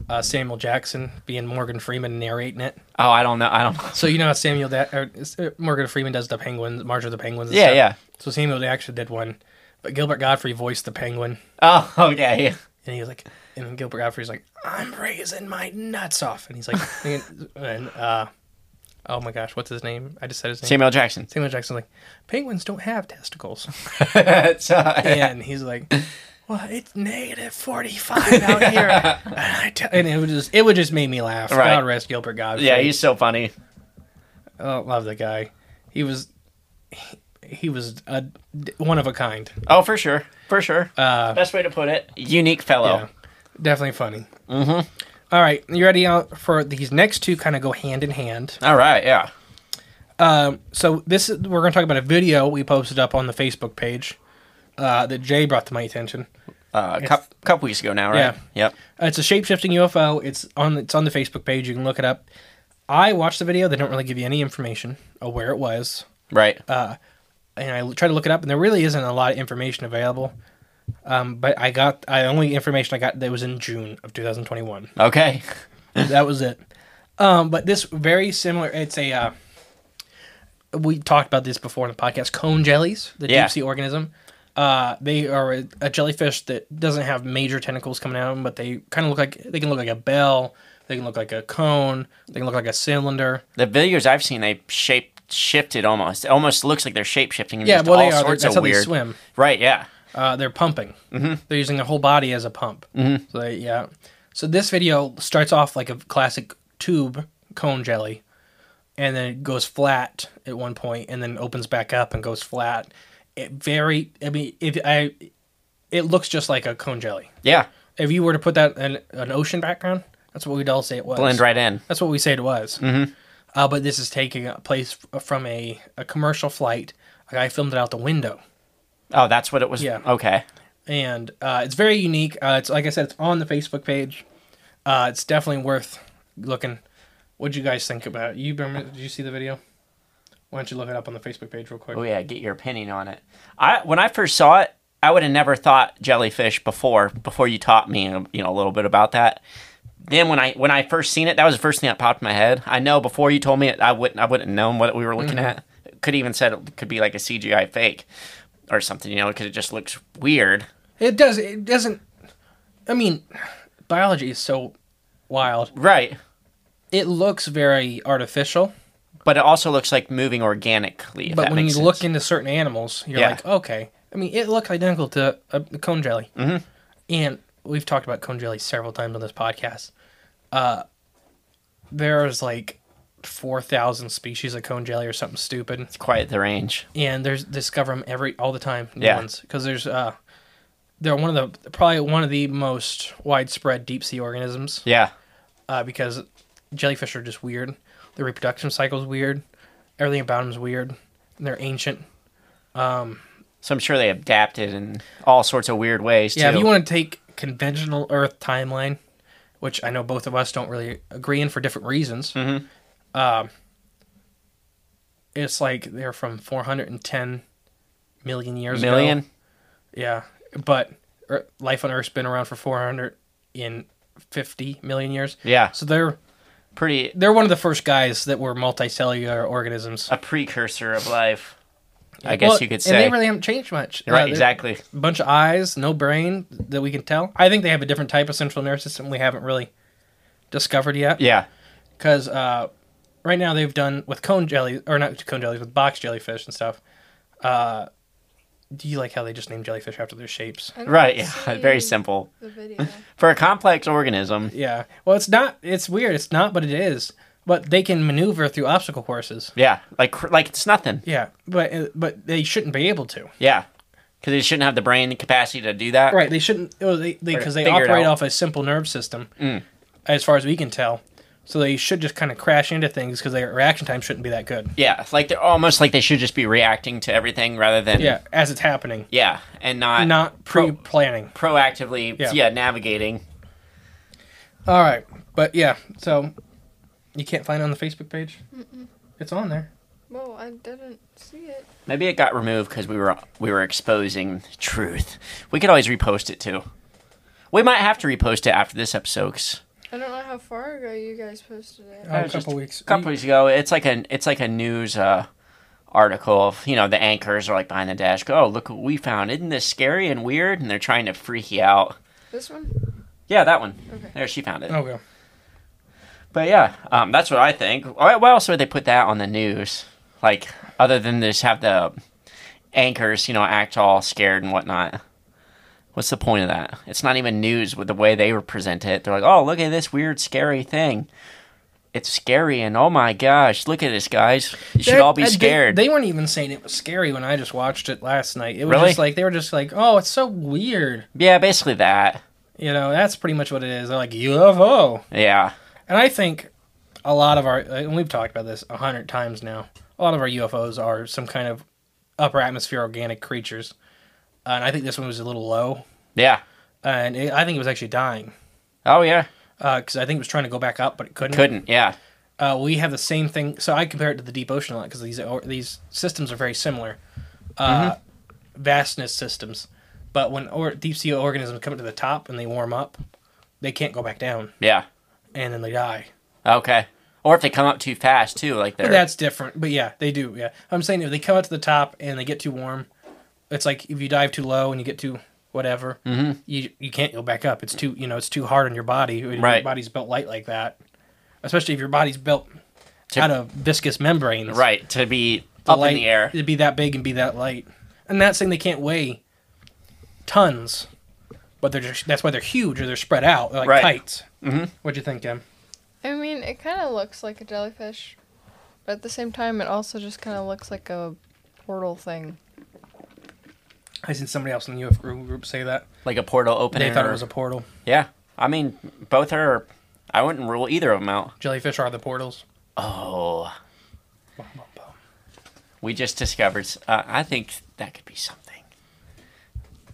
B: uh, Samuel Jackson being Morgan Freeman narrating it.
C: Oh, I don't know. I don't [laughs]
B: So you know how Samuel da- or, uh, Morgan Freeman does the penguins, March of the Penguins. and
C: Yeah,
B: stuff?
C: yeah.
B: So Samuel actually did one, but Gilbert Godfrey voiced the penguin,
C: Oh, okay.
B: and he was like, and then Gilbert Godfrey's like, "I'm raising my nuts off," and he's like, [laughs] and uh, oh my gosh, what's his name? I just said his name.
C: Samuel [laughs] Jackson.
B: Samuel Jackson's like, penguins don't have
C: [laughs]
B: testicles.
C: It's, uh,
B: and he's like, well, it's negative 45 out
C: [laughs]
B: here. and, I t- and it would just, it would just make me laugh.
C: Right.
B: God rest Gilbert Godfrey.
C: yeah, he's so funny.
B: I love the guy. He was, he, he was a, one of a kind.
C: Oh, for sure. For sure. Uh, Best way to put it. Unique fellow.
B: Definitely funny. Mm-hmm. All right. You ready out for these next two kind of go hand in hand.
C: All right, yeah.
B: So this is, we're going to talk about a video we posted up on the Facebook page uh, that Jay brought to my attention.
C: Uh, a couple, couple weeks ago now, right?
B: Yeah.
C: Yep.
B: Uh, It's a shape shifting UFO. It's on it's on the Facebook page. You can look it up. I watched the video. They don't really give you any information of where it was,
C: Right.
B: Uh, and I tried to look it up, and there really isn't a lot of information available. Um, but I got I only information I got that was in June of 2021.
C: okay.
B: that was it. Um, but this very similar. It's a uh, we talked about this before in the podcast. Cone jellies, the
C: Yeah.
B: deep sea organism. Uh, they are a, a jellyfish that doesn't have major tentacles coming out of them, but they kind of look like they can look like a bell. They can look like a cone. They can look like a cylinder.
C: The videos I've seen, they shape shifted almost. It almost looks like they're shape shifting.
B: Yeah,
C: just
B: well,
C: all
B: they are.
C: sorts
B: That's
C: of
B: how
C: weird.
B: they swim.
C: Right, yeah.
B: Uh, they're pumping. Mm-hmm. They're using their whole body as a pump. Mm-hmm. So they, yeah. So this video starts off like a classic tube cone jelly, and then it goes flat at one point, and then opens back up and goes flat. It very. I mean, if I, it looks just like a cone jelly.
C: Yeah.
B: If you were to put that in an ocean background, that's what we'd all say it was.
C: Blend right in.
B: That's what we said it was. Mm-hmm. Uh, but this is taking a place f- from a, a commercial flight. A guy filmed it out the window,
C: Oh, that's what it was.
B: Yeah.
C: Okay.
B: and uh, it's very unique. Uh, it's like I said, it's on the Facebook page. Uh, it's definitely worth looking. What'd you guys think about it? You remember? Did you see the video? Why don't you look it up on the Facebook page real quick?
C: Oh yeah, get your opinion on it. I when I first saw it, I would have never thought jellyfish before before you taught me you know a little bit about that. Then when I when I first seen it, that was the first thing that popped in my head. I know before you told me it, I wouldn't I wouldn't have known what we were
B: Mm-hmm.
C: looking at. Could even said it could be like a CGI fake or something, you know, because it just looks weird.
B: It does. It doesn't. I mean, biology is so wild.
C: Right.
B: It looks very artificial.
C: But it also looks like moving organically. If
B: but
C: that
B: when you
C: makes
B: look
C: sense.
B: into certain animals, you're
C: Yeah.
B: like, okay. I mean, it looked identical to a a cone jelly, mm-hmm. and we've talked about cone jelly several times on this podcast. Uh, there's like four thousand species of cone jelly or something stupid,
C: quite the range.
B: and there's discover them every all the time. New
C: Yeah.
B: because there's uh, they're one of the probably one of the most widespread deep sea organisms
C: Yeah.
B: uh, because jellyfish are just weird. Their reproduction cycle's weird. Everything about them's weird. And they're ancient.
C: So I'm sure they adapted in all sorts of weird ways
B: Yeah,
C: too.
B: if you want to take conventional Earth timeline, which I know both of us don't really agree in for different reasons, um,
C: Mm-hmm.
B: it's like they're from 410 million years ago.
C: million.
B: Yeah, but er, life on Earth's been around for 450 million years.
C: Yeah.
B: so they're
C: Pretty
B: they're one of the first guys that were multicellular organisms.
C: a precursor of life. I guess
B: Well,
C: you could
B: And
C: say.
B: they really haven't changed much. Uh,
C: You're right,
B: they're
C: exactly.
B: A bunch of eyes, no brain that we can tell. I think they have a different type of central nervous system we haven't really discovered yet.
C: Yeah.
B: Because uh, right now they've done with cone jelly, or not cone jellies, with box jellyfish and stuff. Uh, do you like how they just name jellyfish after their shapes?
D: I didn't
C: Right. Yeah.
D: see
C: Very simple.
D: The
B: [laughs]
D: video.
C: For a complex organism,
B: Yeah. Well, it's not. It's weird. It's not, but it is. But they can maneuver through obstacle courses.
C: yeah, like cr- like it's nothing.
B: Yeah, but uh, but they shouldn't be able to.
C: Yeah, because they shouldn't have the brain capacity to do that.
B: Right, they shouldn't. Because they, they,
C: Or
B: 'cause they
C: figure it
B: operate
C: out. Mm.
B: off a simple nerve system, as far as we can tell. So they should just kind of crash into things because their reaction time shouldn't be that good.
C: Yeah, it's like they're almost like they should just be reacting to everything rather than
B: Yeah, as it's happening,
C: yeah, and not
B: not pre-planning.
C: proactively
B: Yeah.
C: yeah. navigating.
B: All right, but yeah, so you can't find it on the Facebook page. It's on there.
D: Whoa, Oh, I didn't see it.
C: Maybe it got removed because we were we were exposing truth. We could always repost it too. We might have to repost it after this episode. 'cause
D: I don't know how far ago you guys posted it.
B: Oh, a
C: was
B: couple
C: just
B: weeks.
C: a couple weeks ago. It's like an it's like a news uh, article of you know the anchors are like behind the desk. Oh look what we found! Isn't this scary and weird? And they're trying to freak you out.
D: This one?
C: Yeah, that one.
D: Okay.
C: There she found it.
B: Okay.
C: But yeah, um, that's what I think. Why, why else would they put that on the news? Like other than just have the anchors, you know, act all scared and whatnot. What's the point of that? It's not even news with the way they present it. They're like, "Oh, look at this weird, scary thing." It's scary, and oh my gosh, look at this, guys! You should
B: That-
C: all be
B: uh, they-
C: scared.
B: They, weren't even saying it was scary when I just watched it last night. It was
C: Really?
B: just like they were just like, "Oh, it's so weird."
C: yeah, basically that.
B: You know, that's pretty much what it is. They're like UFO.
C: Yeah,
B: And I think a lot of our, and we've talked about this a hundred times now, a lot of our UFOs are some kind of upper atmosphere organic creatures. Uh, and I think this one was a little low.
C: yeah.
B: And it, I think it was actually dying
C: Oh yeah,
B: because I think it was trying to go back up, but it couldn't.
C: couldn't. Yeah,
B: Uh, we have the same thing. So I compare it to the deep ocean a lot because these, or, these systems are very similar uh, vastness systems. But when or, deep sea organisms come to the top and they warm up, they can't go back down
C: yeah.
B: and then they die.
C: Okay. Or if they come up too fast too, like they're
B: But that's different. But yeah, they do. Yeah, I'm saying if they come up to the top and they get too warm, it's like if you dive too low and you get too whatever,
C: Mm-hmm.
B: you you can't go back up. It's too you know it's too hard on your body. Your
C: Right.
B: body's built light like that, especially if your body's built
C: To-
B: out of viscous membranes.
C: right to be up
B: light,
C: in the air.
B: It'd be that big and be that light. I'm not saying they can't weigh tons, but they're just that's why they're huge or they're spread out. They're like
C: Right.
B: kites. Mm-hmm. What'd you think, Em?
D: I mean, it kind of looks like a jellyfish, but at the same time, it also just kind of looks like a portal thing.
B: I seen somebody else in the UFO group say that
C: Like a portal opener.
B: they thought it was a portal.
C: Yeah. I mean, both are. I wouldn't rule either of them out.
B: Jellyfish are the portals.
C: Oh. We just discovered. Uh, I think that could be something.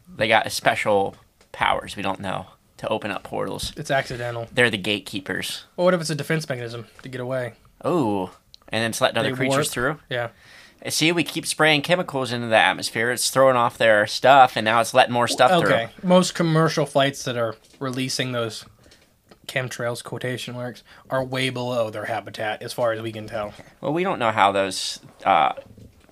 C: They got special powers we don't know to open up portals.
B: It's accidental.
C: They're the gatekeepers.
B: Well, what if it's a defense mechanism to get away?
C: Oh. And then it's letting other
B: They
C: creatures
B: warp.
C: through.
B: Yeah.
C: See, we keep spraying chemicals into the atmosphere. It's throwing off their stuff, and now it's letting more stuff
B: Okay. Most commercial flights that are releasing those chemtrails quotation marks are way below their habitat as far as we can tell.
C: through. Well, we don't know how those uh,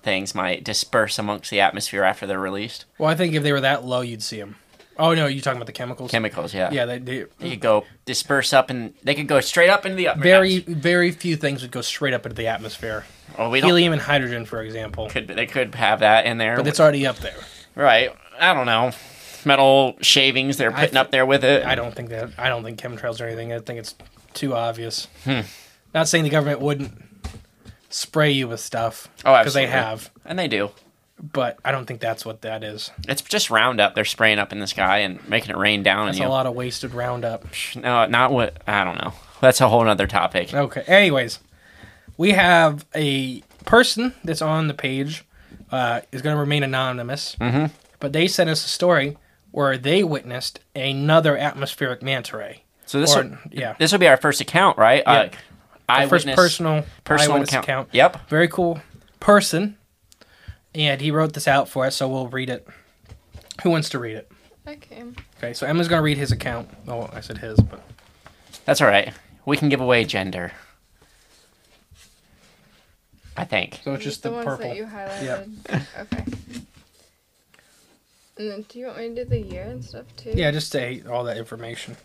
C: things might disperse amongst the atmosphere after they're released.
B: Well, I think if they were that low, you'd see them. Oh no, you talking about the chemicals?
C: Chemicals, yeah.
B: yeah, they, they
C: They could go disperse up, and they could go straight up into the atmosphere.
B: very very few things would go straight up into the atmosphere.
C: Well, we don't-
B: Helium and hydrogen, for example,
C: Could be, they could have that in there,
B: but it's already up there.
C: right? I don't know. Metal shavings they're putting
B: th-
C: up there with it.
B: I don't think that. I don't think chemtrails or anything. I think it's too obvious.
C: Hmm.
B: Not saying the government wouldn't spray you with stuff
C: Oh,
B: they
C: absolutely.
B: have,
C: and they do.
B: but I don't think that's what that is.
C: It's just Roundup. They're spraying up in the sky and making it rain down
B: That's
C: on
B: a
C: you.
B: lot of wasted Roundup.
C: No, not what. I don't know. That's a whole other topic.
B: Okay. Anyways, we have a person that's on the page uh, is going to remain anonymous, mm-hmm. but they sent us a story where they witnessed another atmospheric manta ray.
C: So this
B: Or-
C: will,
B: yeah.
C: this will be our first account, right?
B: Yeah.
C: Uh, I
B: first personal
C: personal
B: eyewitness
C: account.
B: account.
C: Yep.
B: Very cool person, and he wrote this out for us, so we'll read it. Who wants to read it?
D: Okay.
B: Okay, so Emma's going to read his account. Oh, I said his, but
C: That's all right. We can give away gender. I think.
B: so it's just the,
D: the ones
B: purple.
D: that you highlighted. [laughs] Okay. And then, do you want me to do the year and stuff too?
B: Yeah, just say all that information.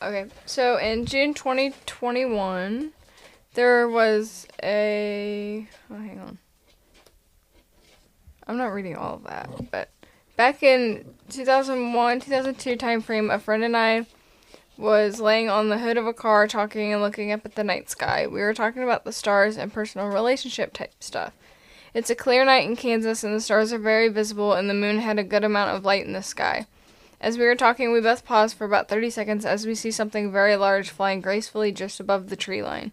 D: Okay, so in June 2021, there was a. Oh, hang on. I'm not reading all of that, but back in 2001, 2002 time frame, a friend and I was laying on the hood of a car talking and looking up at the night sky. We were talking about the stars and personal relationship type stuff. It's a clear night in Kansas, and the stars are very visible, and the moon had a good amount of light in the sky. As we were talking, we both paused for about 30 seconds as we see something very large flying gracefully just above the tree line.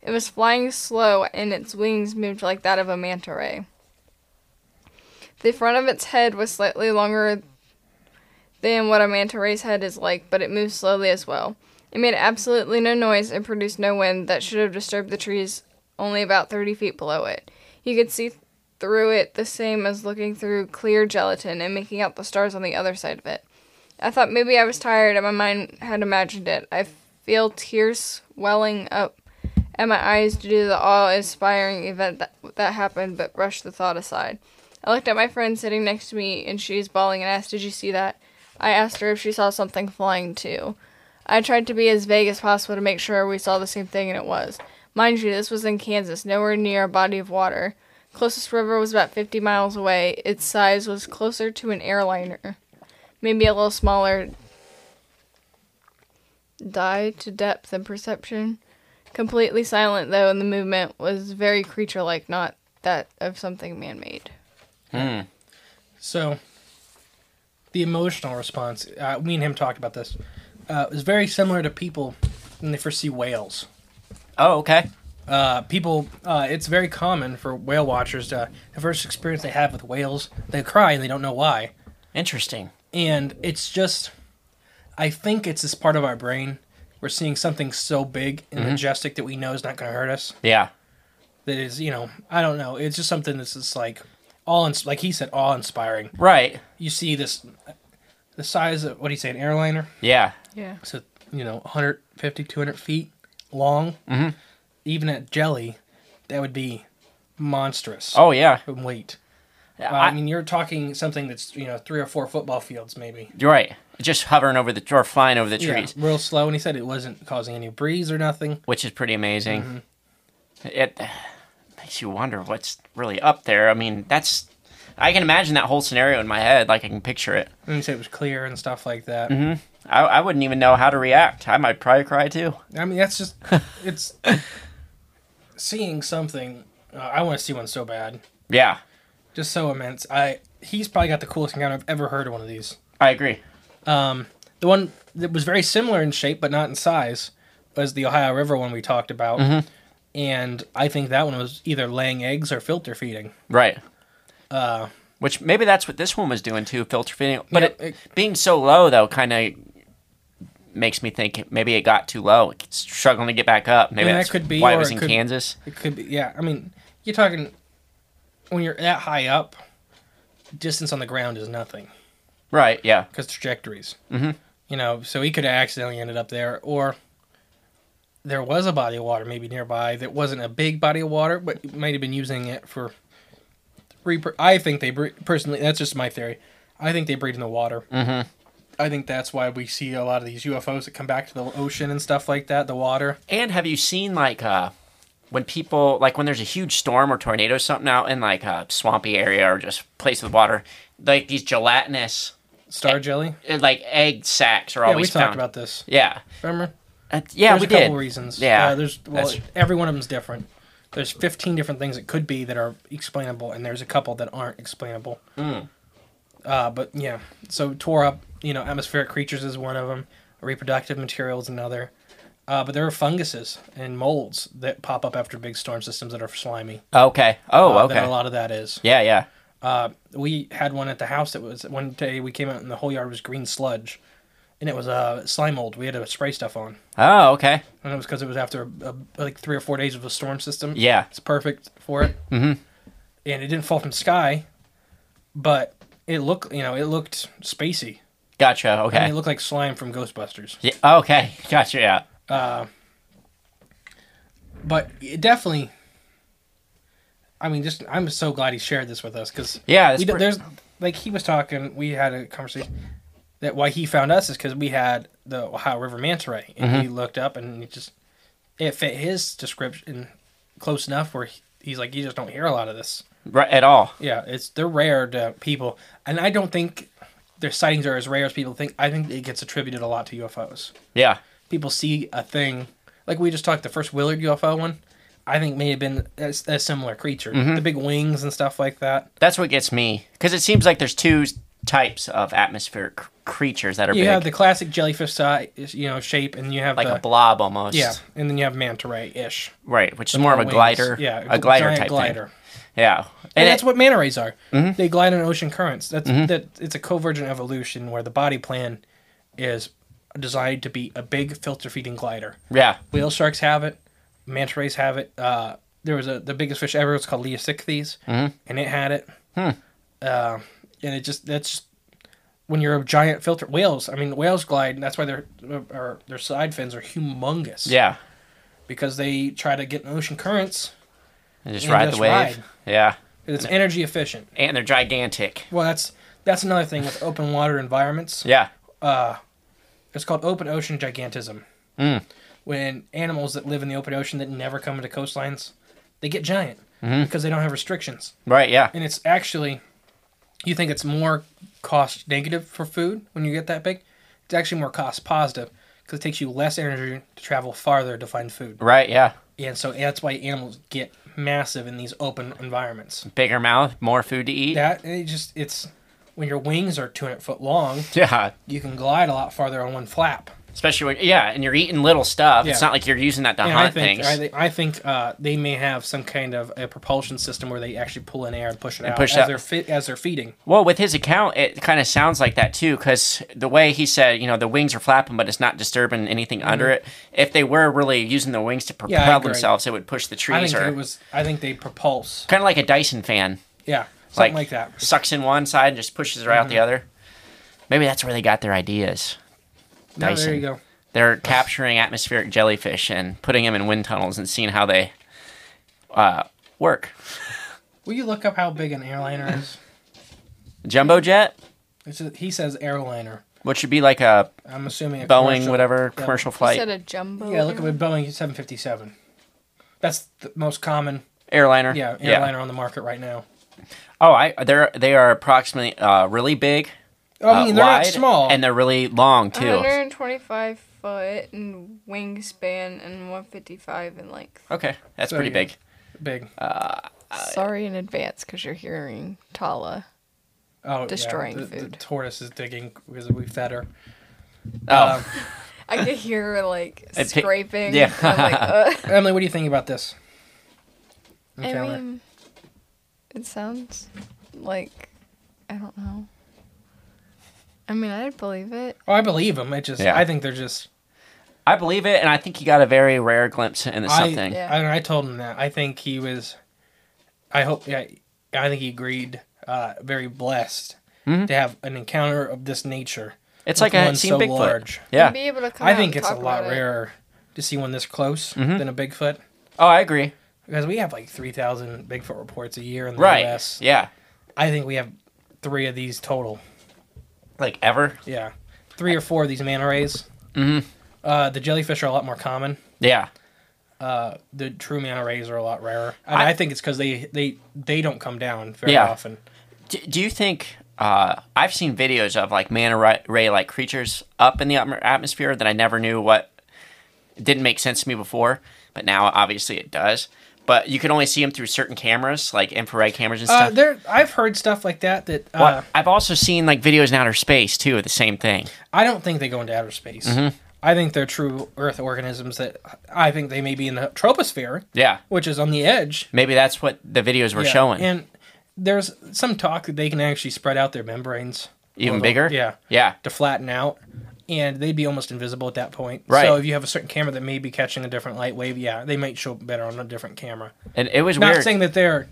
D: It was flying slow, and its wings moved like that of a manta ray. The front of its head was slightly longer than what a manta ray's head is like, but it moved slowly as well. It made absolutely no noise and produced no wind that should have disturbed the trees only about 30 feet below it. You could see through it the same as looking through clear gelatin and making out the stars on the other side of it. I thought maybe I was tired and my mind had imagined it. I feel tears welling up at my eyes due to the awe inspiring event that, that happened, but brushed the thought aside. I looked at my friend sitting next to me and she's bawling and asked, Did you see that? I asked her if she saw something flying too. I tried to be as vague as possible to make sure we saw the same thing, and it was. Mind you, this was in Kansas, nowhere near a body of water. Closest river was about 50 miles away. Its size was closer to an airliner maybe a little smaller die to depth and perception completely silent though and the movement was very creature like not that of something man-made
B: So, the emotional response, uh, me and him talked about this, uh, is very similar to people when they first see whales.
C: Oh, okay.
B: Uh, people, uh, it's very common for whale watchers to, the first experience they have with whales, they cry and they don't know why.
C: Interesting.
B: And it's just, I think it's this part of our brain. We're seeing something so big and majestic that we know is not going to hurt us.
C: Yeah.
B: That is, you know, I don't know. It's just something that's just like, all ins- like he said, awe inspiring.
C: Right.
B: you see this the size of what do you say an airliner
C: Yeah.
D: yeah
B: so you know 150 200 feet long mm-hmm. even at jelly that would be monstrous
C: Oh, yeah.
B: in weight
C: I-
B: Uh, I mean, you're talking something that's you know three or four football fields, maybe.
C: You're right. Just hovering over the or flying over the trees,
B: Yeah, real slow. And he said it wasn't causing any breeze or nothing.
C: which is pretty amazing.
B: Mm-hmm.
C: It makes you wonder what's really up there. I mean, that's I can imagine that whole scenario in my head. Like I can picture it.
B: And you said it was clear and stuff like that.
C: I, I wouldn't even know how to react. I might probably cry too.
B: I mean, that's just it's seeing something. Uh, I want to see one so bad,
C: Yeah,
B: just so immense. I he's probably got the coolest encounter I've ever heard of one of these.
C: I agree.
B: The one that was very similar in shape but not in size was the Ohio River one we talked about, and I think that one was either laying eggs or filter feeding.
C: Right. Uh, Which maybe that's what this one was doing too, filter feeding. But
B: Uh, Yeah,
C: it,
B: it-
C: being so low though, kind of makes me think maybe it got too low. It's struggling to get back up. Maybe
B: And that
C: that's
B: could be,
C: why
B: or
C: it was
B: it
C: in
B: could-
C: Kansas.
B: It could be, yeah. I mean, you're talking when you're that high up, distance on the ground is nothing.
C: Right. Yeah.
B: because trajectories. Mm-hmm. You know, so he could have accidentally ended up there, or there was a body of water maybe nearby that wasn't a big body of water, but he might have been using it for. Reper- I think they bre- personally. That's just my theory. I think they breed in the water. Mm-hmm. I think that's why we see a lot of these UFOs that come back to the ocean and stuff like that. The water.
C: And have you seen like uh when people like when there's a huge storm or tornado or something out in like a swampy area or just place with water, like these gelatinous
B: Star jelly.
C: uh, like egg sacs are
B: Yeah, we
C: always
B: talked
C: found.
B: about this.
C: Yeah.
B: Remember?
C: Uh, yeah,
B: there's
C: we
B: a
C: did.
B: couple reasons.
C: Yeah.
B: Uh, there's well,
C: That's-
B: every one of them's different. There's 15 different things it could be that are explainable, and there's a couple that aren't explainable.
C: Mm.
B: Uh, but yeah, so tore up. You know, atmospheric creatures is one of them. Reproductive material is another. Uh, but there are funguses and molds that pop up after big storm systems that are slimy.
C: okay. Oh,
B: Uh,
C: okay.
B: That a lot of that is.
C: yeah, yeah.
B: We had one at the house that was one day we came out and the whole yard was green sludge, and it was uh, slime mold. We had to spray stuff on.
C: Oh, okay.
B: and it was because it was after a, a- like three or four days of a storm system.
C: Yeah.
B: it's perfect for it. Mm-hmm. And it didn't fall from the sky, but it looked you know it looked spacey.
C: Gotcha.
B: I
C: Okay.
B: mean, it looked like slime from Ghostbusters.
C: yeah, okay. [laughs] Gotcha. Yeah.
B: But it definitely. I mean, just I'm so glad he shared this with us because
C: Yeah, it's
B: we, don't-
C: pretty-
B: there's like he was talking. We had a conversation that why he found us is because we had the Ohio River manta ray, and
C: Mm-hmm.
B: he looked up and it just it fit his description close enough where he, he's like, you just don't hear a lot of this.
C: Right at all.
B: Yeah, it's they're rare to people, and I don't think their sightings are as rare as people think. I think it gets attributed a lot to UFOs
C: Yeah.
B: people see a thing like we just talked the first Willard UFO one. I think may have been a, a similar creature,
C: Mm-hmm.
B: the big wings and stuff like that.
C: That's what gets me cuz it seems like there's two types of atmospheric c- creatures that are
B: You
C: big.
B: have the classic jellyfish size, you know, shape, and you have
C: like
B: the,
C: a blob almost.
B: yeah, and then you have manta ray ish.
C: Right, which is more of a glider.
B: yeah,
C: a glider
B: giant
C: type
B: glider,
C: thing. Yeah,
B: and,
C: and, it- Mm-hmm.
B: that's what manta rays are. They glide in ocean currents. That's that. It's a convergent evolution where the body plan is designed to be a big filter feeding glider.
C: Yeah,
B: Whale sharks have it. Manta rays have it. Uh, there was a the biggest fish ever. It's called Leosichthys,
C: Mm-hmm.
B: and it had it.
C: Hmm.
B: Uh, and it just that's just, when you're a giant filter whales. I mean, whales glide, and that's why their or their side fins are humongous.
C: yeah.
B: because they try to get in ocean currents.
C: And just
B: And
C: ride
B: just
C: the wave.
B: ride.
C: Yeah,
B: It's energy efficient.
C: and they're gigantic.
B: Well, that's that's another thing with open water environments.
C: Yeah,
B: It's called open ocean gigantism.
C: Hmm.
B: When animals that live in the open ocean that never come into coastlines, they get giant
C: Mm-hmm.
B: because they don't have restrictions.
C: right. Yeah,
B: And it's actually, you think it's more cost negative for food when you get that big? It's actually more cost positive because it takes you less energy to travel farther to find food.
C: right. Yeah,
B: And so that's why animals get massive in these open environments.
C: bigger mouth, more food to eat.
B: That, and it just, it's when your wings are 200 foot long,
C: Yeah,
B: you can glide a lot farther on one flap.
C: especially when, yeah, and you're eating little stuff. It's
B: Yeah.
C: not like you're using that to
B: And I
C: hunt
B: think
C: things.
B: I think, I think uh, they may have some kind of a propulsion system where they actually pull in air and push it out
C: push
B: as
C: out.
B: they're fi- as they're feeding.
C: well, with his account, it kind of sounds like that too, because the way he said, you know, the wings are flapping, but it's not disturbing anything under it. If they were really using the wings to
B: Mm-hmm. Yeah, I
C: propel
B: agree.
C: themselves, it would push
B: I
C: the trees
B: think
C: or
B: it was. I think they propulse.
C: kind of like a Dyson fan.
B: Yeah, something like, that. Mm-hmm.
C: Sucks in one side and just pushes her out the other. Maybe that's where they got their ideas.
B: No, Oh, there
C: Dyson.
B: you go.
C: They're capturing atmospheric jellyfish and putting them in wind tunnels and seeing how they uh, work.
B: Will you look up how big an airliner is?
C: Jumbo jet,
B: It's a, he says airliner.
C: which would be like a
B: I'm assuming a
C: Boeing,
B: commercial-
C: whatever
B: yeah.
C: commercial
D: You
C: flight
D: said a jumbo.
B: Yeah, look up a Boeing 757. That's the most common
C: airliner.
B: yeah airliner on the market right now.
C: Oh, I they're they are approximately uh, really big.
B: Oh,
E: I mean,
C: uh,
E: they're not
C: wide,
E: small.
C: and they're really long too.
D: 125 foot in wingspan and 155 in length.
C: Okay, that's
B: So,
C: pretty
B: yeah.
C: big.
B: Big.
C: uh,
D: Uh, Sorry in advance because you're hearing Tala.
B: Oh, yeah,
D: destroying
B: the, The
D: food.
B: tortoise is digging because we fed her. Um,
C: Oh,
D: I could hear her like
C: pick-
D: [laughs] scraping.
C: yeah.
D: I'm [laughs] like, "Ugh."
B: Emily, what do you think about this?
D: I
B: Encounter.
D: mean, it sounds like I don't know. I mean, I'd believe it.
B: oh, I believe them. I just,
C: Yeah.
B: I think they're just.
C: I believe it, and I think you got a very rare glimpse into something.
B: I,
D: Yeah.
B: I, I told him that. I think he was. I hope. Yeah, I think he agreed. Uh, very blessed
C: Mm-hmm.
B: to have an encounter of this nature.
C: It's
B: with
C: like I
B: one
C: had seen
B: so
C: Bigfoot.
B: large.
C: Yeah.
D: And be able to come
B: I
D: out
B: think
D: and
B: it's a
D: talk
B: lot
D: about it.
B: rarer to see one this close
C: Mm-hmm.
B: than a Bigfoot
C: Oh, I agree.
B: because we have like three thousand Bigfoot reports a year in the
C: Right.
B: U.S.
C: Yeah.
B: I think we have three of these total.
C: Like ever.
B: Yeah, three or four of these manta rays. Mm-hmm. Uh, the jellyfish are a lot more common.
C: Yeah.
B: The true manta rays are a lot rarer. And I, think it's because they, they they don't come down very
C: Yeah.
B: often.
C: Do, do you think uh, I've seen videos of like manta ray like creatures up in the atmo- atmosphere that I never knew what it didn't make sense to me before, but now obviously it does. But you can only see them through certain cameras, like infrared cameras and
B: Uh,
C: stuff.
B: there, I've heard stuff like that. That
C: Well,
B: uh,
C: I've also seen like videos in outer space too of the same thing.
B: I don't think they go into outer space.
C: Mm-hmm.
B: I think they're true Earth organisms that I think they may be in the troposphere,
C: Yeah,
B: which is on the edge.
C: maybe that's what the videos were
B: Yeah,
C: showing.
B: And there's some talk that they can actually spread out their membranes a
C: Even
B: little-
C: bigger.
B: Yeah.
C: yeah.
B: to flatten out, and they'd be almost invisible at that point.
C: Right.
B: So if you have a certain camera that may be catching a different light wave, yeah, they might show up better on a different camera.
C: And it was
B: Not
C: weird,
B: saying that they're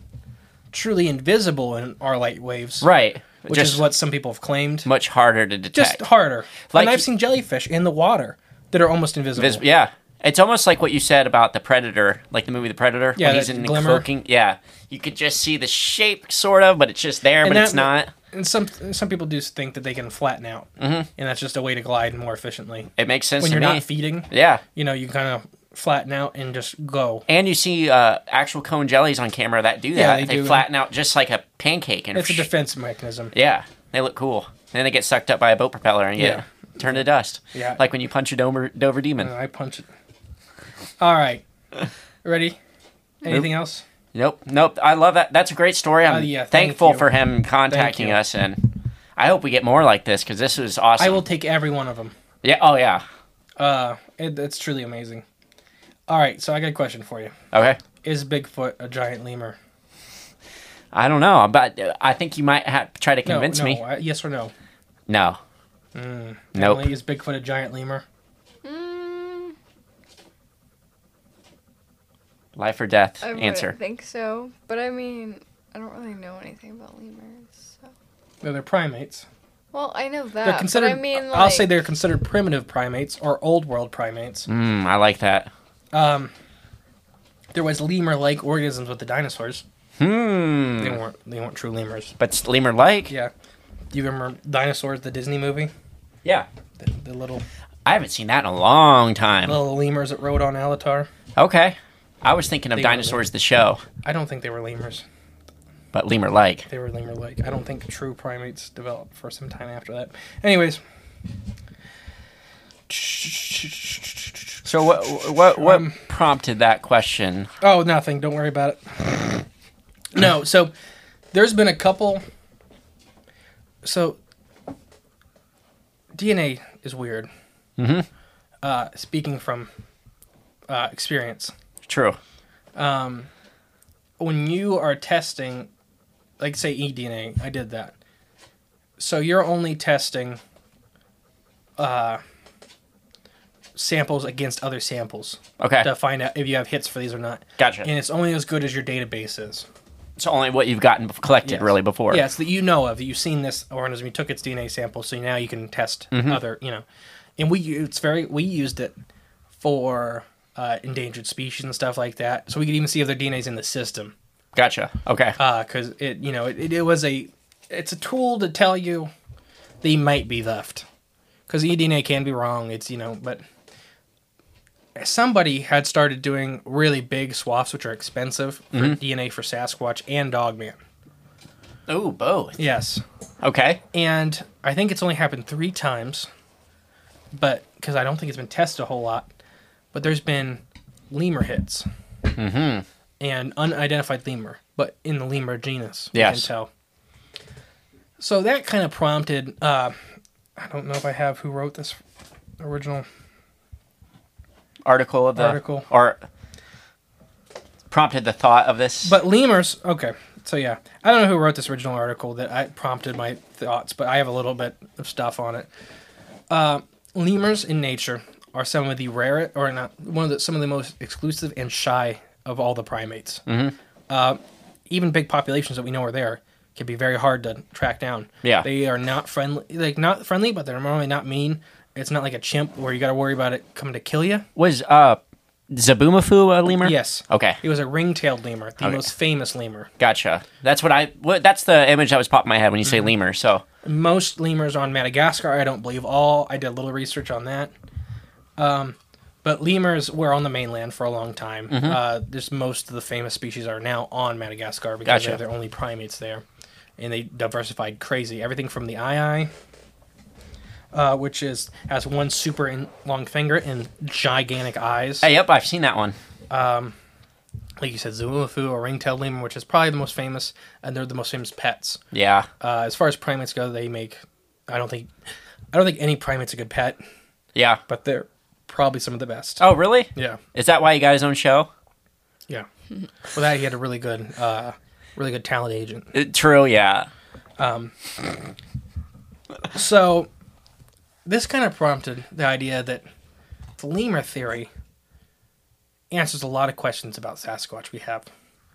B: truly invisible in our light waves,
C: right?
B: Which
C: just
B: is what some people have claimed.
C: much harder to detect.
B: Just harder.
C: Like-
B: and I've seen jellyfish in the water that are almost invisible.
C: Vis- yeah. It's almost like what you said about the Predator, like the movie The Predator,
B: Yeah,
C: when he's
B: that
C: in the
B: glimmer.
C: cloaking. Yeah, you could just see the shape, sort of, but it's just there, but it's not.
B: And some some people do think that they can flatten out, mm-hmm. and that's just a way to glide more efficiently.
C: It makes sense
B: When
C: to
B: you're
C: me.
B: not feeding,
C: yeah,
B: you know, you kind of flatten out and just go.
C: and you see uh, actual cone jellies on camera that do that.
B: Yeah, they
C: they
B: do.
C: flatten out just like a pancake, and
B: It's a defense mechanism.
C: yeah, they look cool. Then they get sucked up by a boat propeller and get turned to dust.
B: Yeah. Uh,
C: like when you punch a Dover, Dover demon.
B: I punch it. All right. Ready? Anything else?
C: Nope, nope. I love that. That's a great story. I'm
B: Uh, yeah, thank
C: thankful
B: you.
C: for him contacting
B: you.
C: us, and I hope we get more like this because this was awesome.
B: I will take every one of them.
C: Yeah. Oh yeah.
B: Uh, it, it's truly amazing. All right, so I got a question for you.
C: Okay.
B: Is Bigfoot a giant lemur?
C: I don't know, but I think you might ha try to
B: No,
C: convince
B: no. Mm.
C: me.
B: I- yes or no?
C: No. nope.
B: Emily, is Bigfoot a giant lemur?
D: Mm,
C: Life or death
D: I wouldn't
C: answer.
D: think so, but I mean, I don't really know anything about lemurs. So.
B: No, they're primates.
D: Well, I know that.
B: They're considered.
D: but I mean, like,
B: I'll say they're considered primitive primates or old world primates.
C: Mm, I like that.
B: There was lemur-like organisms with the dinosaurs.
C: Hmm.
B: They weren't. They weren't true lemurs.
C: But it's lemur like.
B: Yeah. Do you remember dinosaurs, the Disney movie?
C: Yeah.
B: The, the little
C: I haven't seen that in a long time.
B: little lemurs that rode on Alatar.
C: Okay. I was thinking of
B: They were
C: dinosaurs the show,
B: I don't think they were lemurs.
C: but lemur like.
B: They were lemur-like. I don't think true primates developed for some time after that. Anyways,
C: So what what what
B: Um,
C: prompted that question?
B: oh nothing. Don't worry about it. No, so there's been a couple. So DNA is weird. Mm-hmm. Uh, speaking from uh, experience,
C: True.
B: when you are testing, like say eDNA, I did that. So you're only testing uh, samples against other samples
C: Okay.
B: to find out if you have hits for these or not.
C: Gotcha.
B: And it's only as good as your database is.
C: It's only what you've gotten bef- collected
B: Yes.
C: really before.
B: Yeah, it's that you know of. You've seen this organism. You took its DNA sample, so now you can test
C: Mm-hmm.
B: other. You know, and we it's very we used it for uh, endangered species and stuff like that. So we could even see if their DNA's in the system
C: Gotcha. Okay.
B: because it you know it, it, it was a it's a tool to tell you they might be left because eDNA can be wrong. It's you know but somebody had started
C: Mm-hmm.
B: doing really big swaps which are expensive for DNA for Sasquatch and Dogman.
C: Oh, both.
B: Yes.
C: Okay.
B: and I think it's only happened three times, but because I don't think it's been tested a whole lot, but there's been lemur hits mm-hmm. and unidentified lemur, but in the lemur genus, we
C: Yes.
B: can tell. So that kind of prompted. Uh, I don't know if I have who wrote this original.
C: Article of the
B: Article.
C: or prompted the thought of this.
B: But lemurs, okay. So yeah, I don't know who wrote this original article that I prompted my thoughts, but I have a little bit of stuff on it. Uh, lemurs in nature are some of the rare, or not one of the some of the most exclusive and shy of all the primates. Uh,
C: Mm-hmm.
B: even big populations that we know are there can be very hard to track down.
C: Yeah.
B: they are not friendly, like not friendly, but they're normally not mean. It's not like a chimp where you got to worry about it coming to kill you.
C: was uh Zabumafu a lemur?
B: Yes.
C: Okay.
B: It was a ring-tailed lemur, the
C: Okay.
B: most famous lemur.
C: Gotcha. That's what I. What, that's the image that was popping in my head when you say
B: Mm-hmm.
C: lemur. So
B: most lemurs on Madagascar. I don't believe all. I did a little research on that. Um, but lemurs were on the mainland for a long time.
C: Mm-hmm.
B: Uh, there's most of the famous species are now on Madagascar because
C: Gotcha.
B: they're the only primates there, and they diversified crazy. Everything from the ii, uh, which is has one super in, long finger and gigantic eyes.
C: hey, yep, I've seen that one.
B: Like you said, Zumafu or ringtail lemur, which is probably the most famous, and they're the most famous pets.
C: Yeah.
B: Uh, as far as primates go, they make. I don't think. I don't think any primate's a good pet,
C: Yeah.
B: but they're probably some of the best.
C: Oh, really?
B: Yeah,
C: Is that why you got his own show?
B: yeah. Well, that he had a really good, uh, really good talent agent.
C: Uh, true. Yeah.
B: So, this kind of prompted the idea that the lemur theory answers a lot of questions about Sasquatch we have.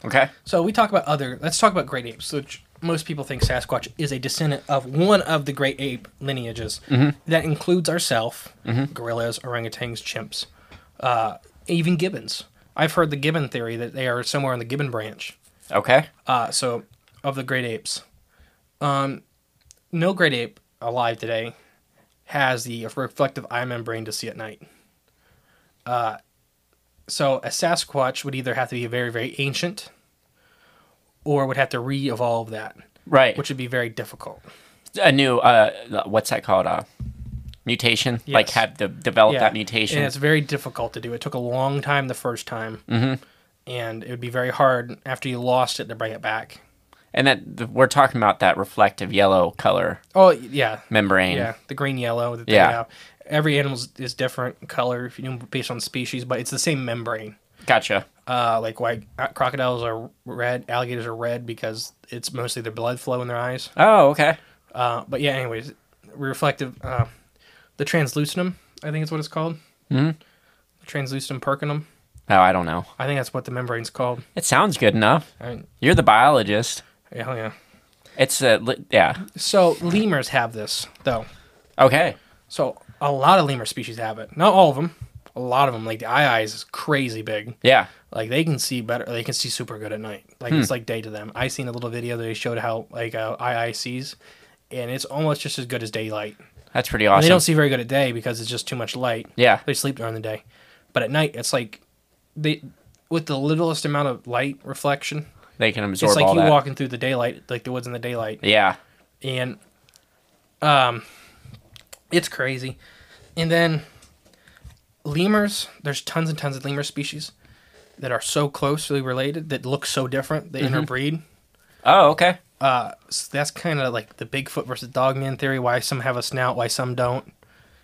C: Okay.
B: So we talk about other. Let's talk about great apes, which most people think Sasquatch is a descendant of one of the great ape lineages. That includes ourself, gorillas, orangutans, chimps, uh, even gibbons. I've heard the gibbon theory that they are somewhere in the gibbon branch.
C: Okay.
B: Uh, so of the great apes, um, no great ape alive today has the reflective eye membrane to see at night. Uh, so a Sasquatch would either have to be very very ancient, or would have to re-evolve that,
C: Right.
B: which would be very difficult.
C: a new uh, what's that called? Uh, mutation. Like
B: Yes.
C: have de- develop that mutation.
B: and it's very difficult to do. It took a long time the first time, mm-hmm. and it would be very hard after you lost it to bring it back.
C: And that the, we're talking about that reflective yellow color
B: Oh yeah,
C: membrane.
B: Yeah, the green yellow. That they
C: Yeah.
B: have. Every animal is different color if you know, based on species, but it's the same membrane.
C: Gotcha.
B: Uh, like why crocodiles are red, alligators are red because it's mostly their blood flow in their eyes.
C: Oh, okay.
B: Uh, but yeah, anyways, reflective. Uh, the translucidum, I think is what it's called. Mm-hmm. Translucidum perkinum.
C: Oh, I don't know.
B: I think that's what the membrane's called.
C: It sounds good enough.
B: I mean,
C: You're the biologist.
B: hell yeah.
C: It's a li- yeah.
B: So lemurs have this though.
C: Okay.
B: So a lot of lemur species have it. Not all of them. A lot of them, like the eye eyes, is crazy big.
C: Yeah.
B: like they can see better they can see super good at night like
C: Hmm.
B: it's like day to them i seen a little video that they showed how like uh, ii sees and it's almost just as good as daylight
C: That's pretty
B: and
C: awesome.
B: they don't see very good at day because it's just too much light
C: Yeah.
B: they sleep during the day but at night it's like they with the littlest amount of light reflection
C: They can absorb
B: it's like
C: all
B: you
C: that.
B: walking through the daylight like the woods in the daylight
C: yeah.
B: and um it's crazy and then lemurs there's tons and tons of lemur species that are so closely related that look so different they interbreed
C: Oh, okay.
B: so that's kind of like the bigfoot versus dogman theory why some have a snout why some don't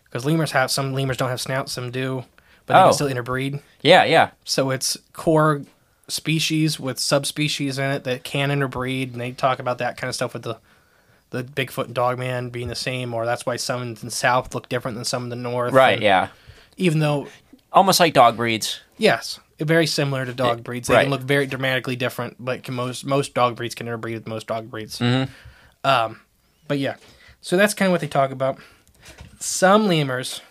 B: because lemurs have some lemurs don't have snouts some do but they
C: Oh.
B: can still interbreed
C: Yeah, yeah.
B: so it's core species with subspecies in it that can interbreed, and they talk about that kind of stuff with the the Bigfoot and Dogman being the same, or that's why some in the South look different than some in the North.
C: Right,
B: and
C: yeah.
B: Even though,
C: Almost like dog breeds.
B: yes, very similar to dog breeds, they
C: right.
B: can look very dramatically different. But can most most dog breeds can interbreed with most dog breeds.
C: Mm-hmm.
B: Um, but yeah, so that's kind of what they talk about. Some lemurs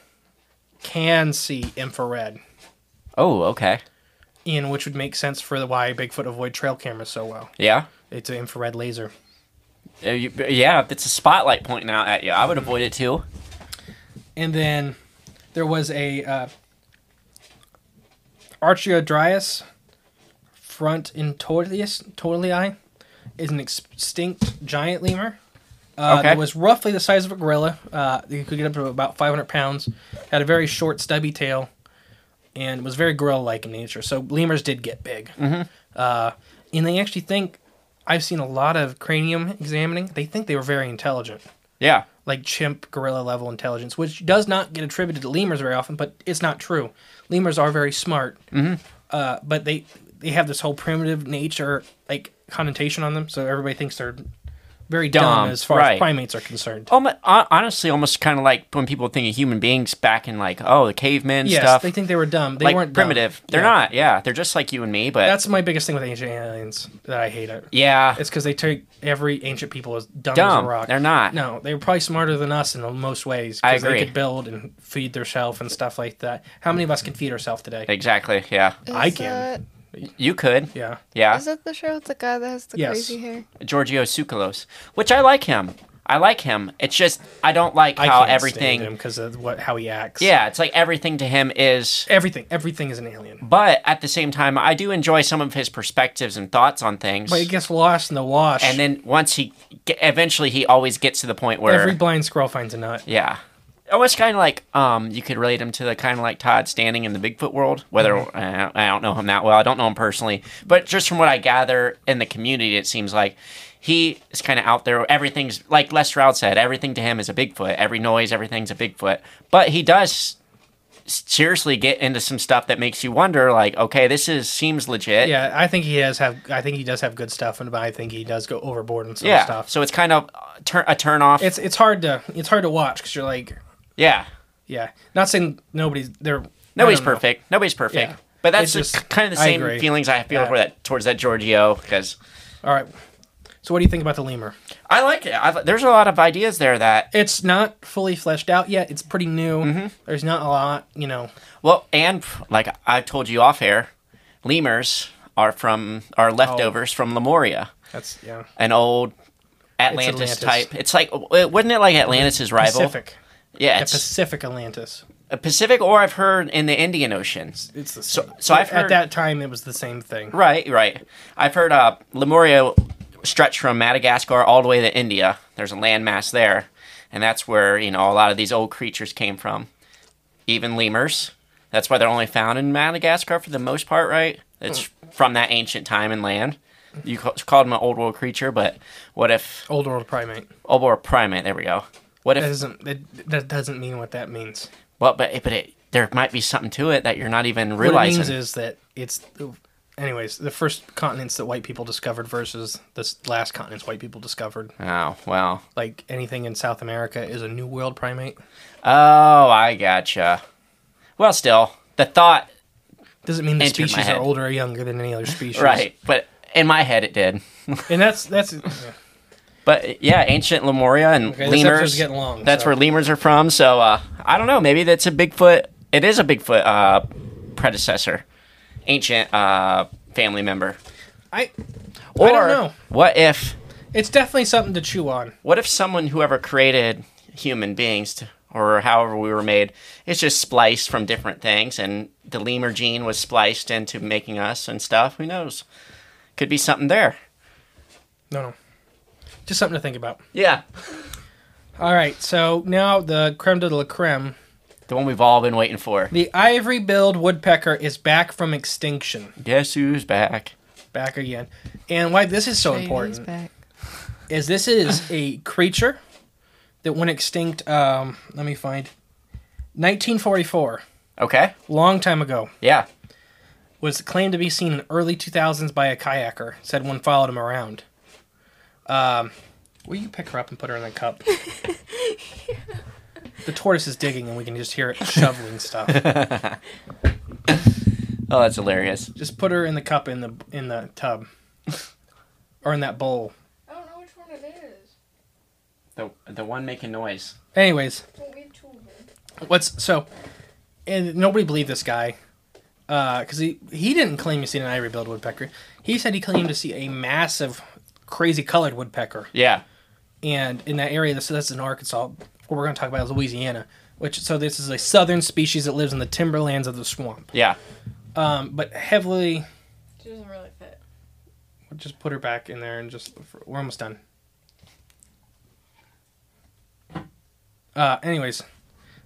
B: can see infrared.
C: Oh, okay.
B: in which would make sense for the why Bigfoot avoid trail cameras so well.
C: Yeah.
B: It's an infrared laser.
C: Uh, you- Yeah, if it's a spotlight pointing out at you, I would avoid it too.
B: And then there was a uh, Archaeodryas front in Torlius, Torlii is an extinct giant lemur. Uh,
C: Okay.
B: That was roughly the size of a gorilla. Uh, it could get up to about 500 pounds. Had a very short, stubby tail, and was very gorilla-like in nature. So lemurs did get big, uh, and they actually think I've seen a lot of cranium examining. They think they were very intelligent,
C: Yeah.
B: like chimp gorilla level intelligence, which does not get attributed to lemurs very often, but it's not true. Lemurs are very smart,
C: Mm-hmm.
B: uh, but they they have this whole primitive nature like connotation on them, so everybody thinks they're very dumb,
C: Dumb,
B: as far
C: right. Oh,
B: as primates are concerned.
C: Almost, honestly, almost kind of like when people think of human beings back in like, oh, the cavemen
B: yes,
C: stuff.
B: they think they were dumb. They
C: like
B: weren't dumb.
C: primitive. They're
B: Yeah.
C: not. Yeah, they're just like you and me. But
B: That's my biggest thing with ancient aliens that I hate it.
C: yeah,
B: It's because they take every ancient people as dumb, as
C: Dumb.
B: a rock.
C: They're not.
B: No, they were probably smarter than us in most ways.
C: I
B: 'cause They
C: agree.
B: could build and feed themselves and stuff like that. How many of us can feed ourselves today?
C: exactly. Yeah,
B: I
D: Is
B: can.
D: That,
C: you could.
B: Yeah.
C: Yeah,
D: is that the show with the guy that has the
B: Yes.
D: crazy hair?
C: Giorgio Tsoukalos, which I like him. I like him. It's just I don't like
B: I
C: how
B: can't
C: everything.
B: because of what how he acts.
C: Yeah, it's like everything to him is.
B: Everything. Everything is an alien.
C: But at the same time, I do enjoy some of his perspectives and thoughts on things.
B: But it gets lost in the wash.
C: and then once he, ge- eventually, he always gets to the point where
B: every blind squirrel finds a nut.
C: Yeah. Almost kind of like um, you could relate him to the kind of like Todd Standing in the Bigfoot world. Whether
B: Mm-hmm.
C: uh, I don't know him that well, I don't know him personally, but just from what I gather in the community, it seems like he is kind of out there. Everything's like Les Stroud said, everything to him is a Bigfoot. Every noise, everything's a Bigfoot. But he does s- seriously get into some stuff that makes you wonder, like, okay, this is seems legit.
B: Yeah, I think he does have. I think he does have good stuff, and I think he does go overboard on some
C: yeah.
B: stuff.
C: So it's kind of uh, tur- a turn off.
B: it's it's hard to it's hard to watch because you're like,
C: yeah.
B: yeah, not saying nobody's there.
C: Nobody's perfect. Nobody's perfect.
B: Yeah.
C: But that's
B: It's
C: the-
B: just-
C: kind of the
B: I
C: same
B: agree.
C: feelings I feel
B: Yeah.
C: for that towards that Giorgio because
B: All right. So what do you think about the lemur?
C: I like it. I, there's a lot of ideas there that
B: It's not fully fleshed out yet. It's pretty new. There's not a lot, you know.
C: well, and like I told you off air, lemurs are from are leftovers
B: Oh.
C: from Lemuria,
B: That's yeah.
C: an old
B: Atlantis.
C: Atlantis, type. It's like w- wasn't it like Atlantis's rival?
B: Pacific,
C: Yeah,
B: yeah,
C: it's
B: Pacific Atlantis.
C: a Pacific, or I've heard in the Indian Ocean.
B: It's the
C: So-
B: same.
C: so I've
B: at
C: heard-
B: that time it was the same thing.
C: Right, right. I've heard uh, Lemuria stretch from Madagascar all the way to India. There's a landmass there, and that's where you know a lot of these old creatures came from, even lemurs. That's why they're only found in Madagascar for the most part, right? It's from that ancient time and land. You ca- called them an old world creature, but what if
B: Old world primate.
C: old world primate? There we go. What
B: That
C: if?
B: doesn't that, that doesn't mean what that means.
C: Well, but but it, there might be something to it that you're not even
B: What it
C: realizing.
B: means is that it's, anyways, the first continents that white people discovered versus this last continents white people discovered.
C: oh well.
B: Like anything in South America is a new world primate.
C: Oh, I gotcha. Well, still the thought
B: Doesn't mean the
C: Entered my
B: species
C: head.
B: are older or younger than
C: [laughs]
B: any other species.
C: right but in my head it did
B: And that's that's
C: but yeah ancient lemuria and
B: Okay, this
C: lemurs
B: episode's getting long,
C: that's
B: so-
C: where lemurs are from so uh, i don't know maybe that's a bigfoot it is a bigfoot uh, predecessor ancient uh, family member
B: I
C: or
B: don't know.
C: what if
B: it's definitely something to chew on.
C: what if someone whoever created human beings to, or however we were made it's just spliced from different things and the lemur gene was spliced into making us and stuff who knows could be something there
B: No, no. Just something to think about.
C: yeah
B: All right, so now the creme de la creme.
C: the one we've all been waiting for
B: The ivory billed woodpecker is back from extinction.
C: Guess who's back?
B: Back again. And why this is so important is this is a creature that went extinct, um, let me find, 1944,
C: Okay.
B: long time ago.
C: Yeah.
B: was claimed to be seen in early 2000s by a kayaker. Said one followed him around. Um, will you pick her up and put her in the cup? The tortoise is digging, and we can just hear it shoveling stuff.
C: Oh, that's hilarious.
B: Just put her in the cup in the in the tub, or in that bowl.
D: I don't know which one it is.
C: The the one making noise.
B: Anyways,
D: Don't be too rude.
B: what's so? And nobody believed this guy, because he he didn't claim to see an ivory billed woodpecker. He said he claimed to see a massive, crazy colored woodpecker.
C: Yeah.
B: and in that area, this that's in Arkansas. What we're going to talk about is Louisiana, which so this is a southern species that lives in the timberlands of the swamp,
C: Yeah.
B: um, but heavily
D: She doesn't really fit.
B: just put her back in there and just we're almost done. Uh, anyways,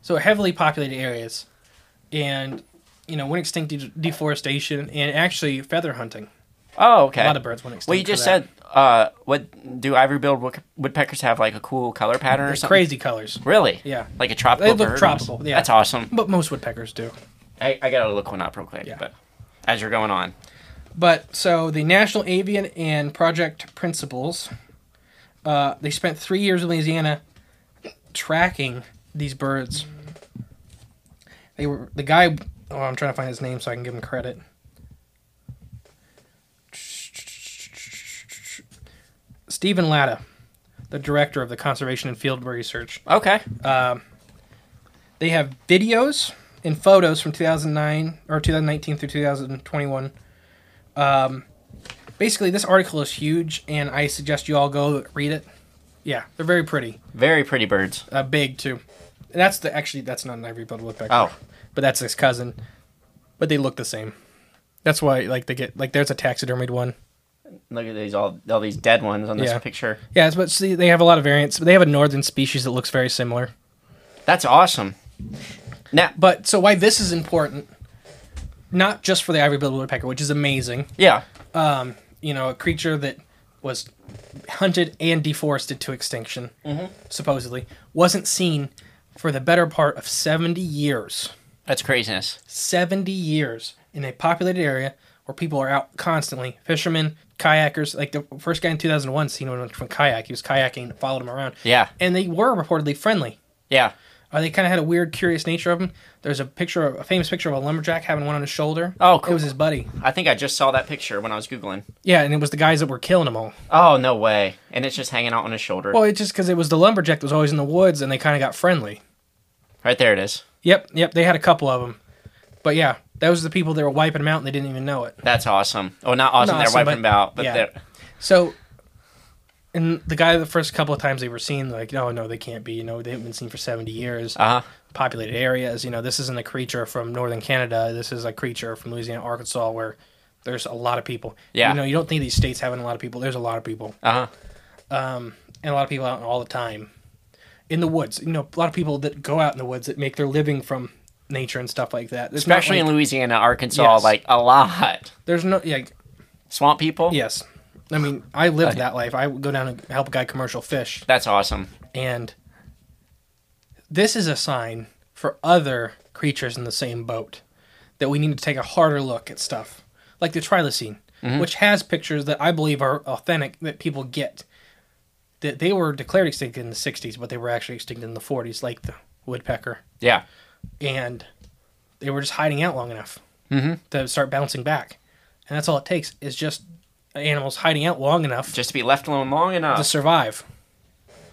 B: so heavily populated areas, and you know went extinct due to deforestation and actually feather hunting.
C: Oh, okay.
B: A lot of birds went extinct.
C: Well, you
B: for
C: just
B: that.
C: said, uh, what do ivory-billed wood- woodpeckers have like a cool color pattern or something?
B: crazy colors,
C: Really?
B: Yeah.
C: Like a tropical.
B: They look
C: bird or
B: tropical,
C: something?
B: yeah.
C: That's awesome.
B: but most woodpeckers do.
C: I, I gotta look one up real quick.
B: Yeah.
C: But as you're going on,
B: But so the National Avian and Project Principles, uh, they spent three years in Louisiana tracking these birds. They were the guy. Oh, I'm trying to find his name so I can give him credit. Stephen Latta, the director of the Conservation and Field Research.
C: okay.
B: They have videos and photos from 2009 or 2019 through 2021. Um, basically, this article is huge, and I suggest you all go read it. Yeah, they're very pretty,
C: Very pretty birds.
B: uh, big too. And that's the actually that's not an ivory billed woodpecker.
C: Oh.
B: but that's his cousin. But they look the same. That's why like they get like there's a taxidermied one.
C: Look at these all all these dead ones on this
B: Yeah.
C: picture.
B: Yeah, it's- but see, they have a lot of variants. But they have a northern species that looks very similar.
C: That's awesome. Now,
B: But so why this is important, not just for the ivory billed woodpecker, which is amazing.
C: yeah,
B: you know, a creature that was hunted and deforested to extinction,
C: Mm-hmm.
B: supposedly, wasn't seen for the better part of 70 years.
C: that's craziness.
B: 70 years in a populated area where people are out constantly. Fishermen, kayakers, like the first guy in 2001 seen when he went from kayak, he was kayaking and followed him around.
C: Yeah.
B: And they were reportedly friendly.
C: Yeah,
B: Uh, they kind of had a weird, curious nature of them. There's a picture, a famous picture of a lumberjack having one on his shoulder.
C: Oh, cool.
B: It was his buddy.
C: I think I just saw that picture when I was googling.
B: Yeah, and it was the guys that were killing them all.
C: Oh no way! And it's just hanging out on his shoulder.
B: Well, it's just because it was the lumberjack that was always in the woods, and they kind of got friendly.
C: right there it is.
B: Yep, yep. They had a couple of them, but yeah, those are the people that were wiping them out, and they didn't even know it.
C: That's awesome. Oh, not awesome.
B: Not
C: they're
B: awesome,
C: wiping
B: but-
C: them out, but
B: yeah.
C: they're
B: So, and the guy, the first couple of times they were seen, like, oh, no, no, they can't be. You know, they haven't been seen for seventy years.
C: uh huh.
B: Populated areas. You know, this isn't a creature from northern Canada. This is a creature from Louisiana, Arkansas, where there's a lot of people.
C: Yeah.
B: You know, you don't think these states having a lot of people. There's a lot of people.
C: Uh huh.
B: and a lot of people out all the time in the woods. You know, a lot of people that go out in the woods that make their living from nature and stuff like that. It's not
C: Especially
B: like-
C: in Louisiana, Arkansas,
B: Yes.
C: like a lot.
B: there's no yeah
C: Swamp people.
B: yes. I mean, I lived that life. I would go down and help a guy commercial fish,
C: That's awesome.
B: and this is a sign for other creatures in the same boat that we need to take a harder look at stuff like the trilocene, which has pictures that I believe are authentic that people get. That they were declared extinct in the '60s, but they were actually extinct in the '40s, like the woodpecker,
C: Yeah.
B: and they were just hiding out long enough to start bouncing back, and that's all it takes is just animals hiding out long enough
C: Just to be left alone long
B: to
C: enough.
B: survive.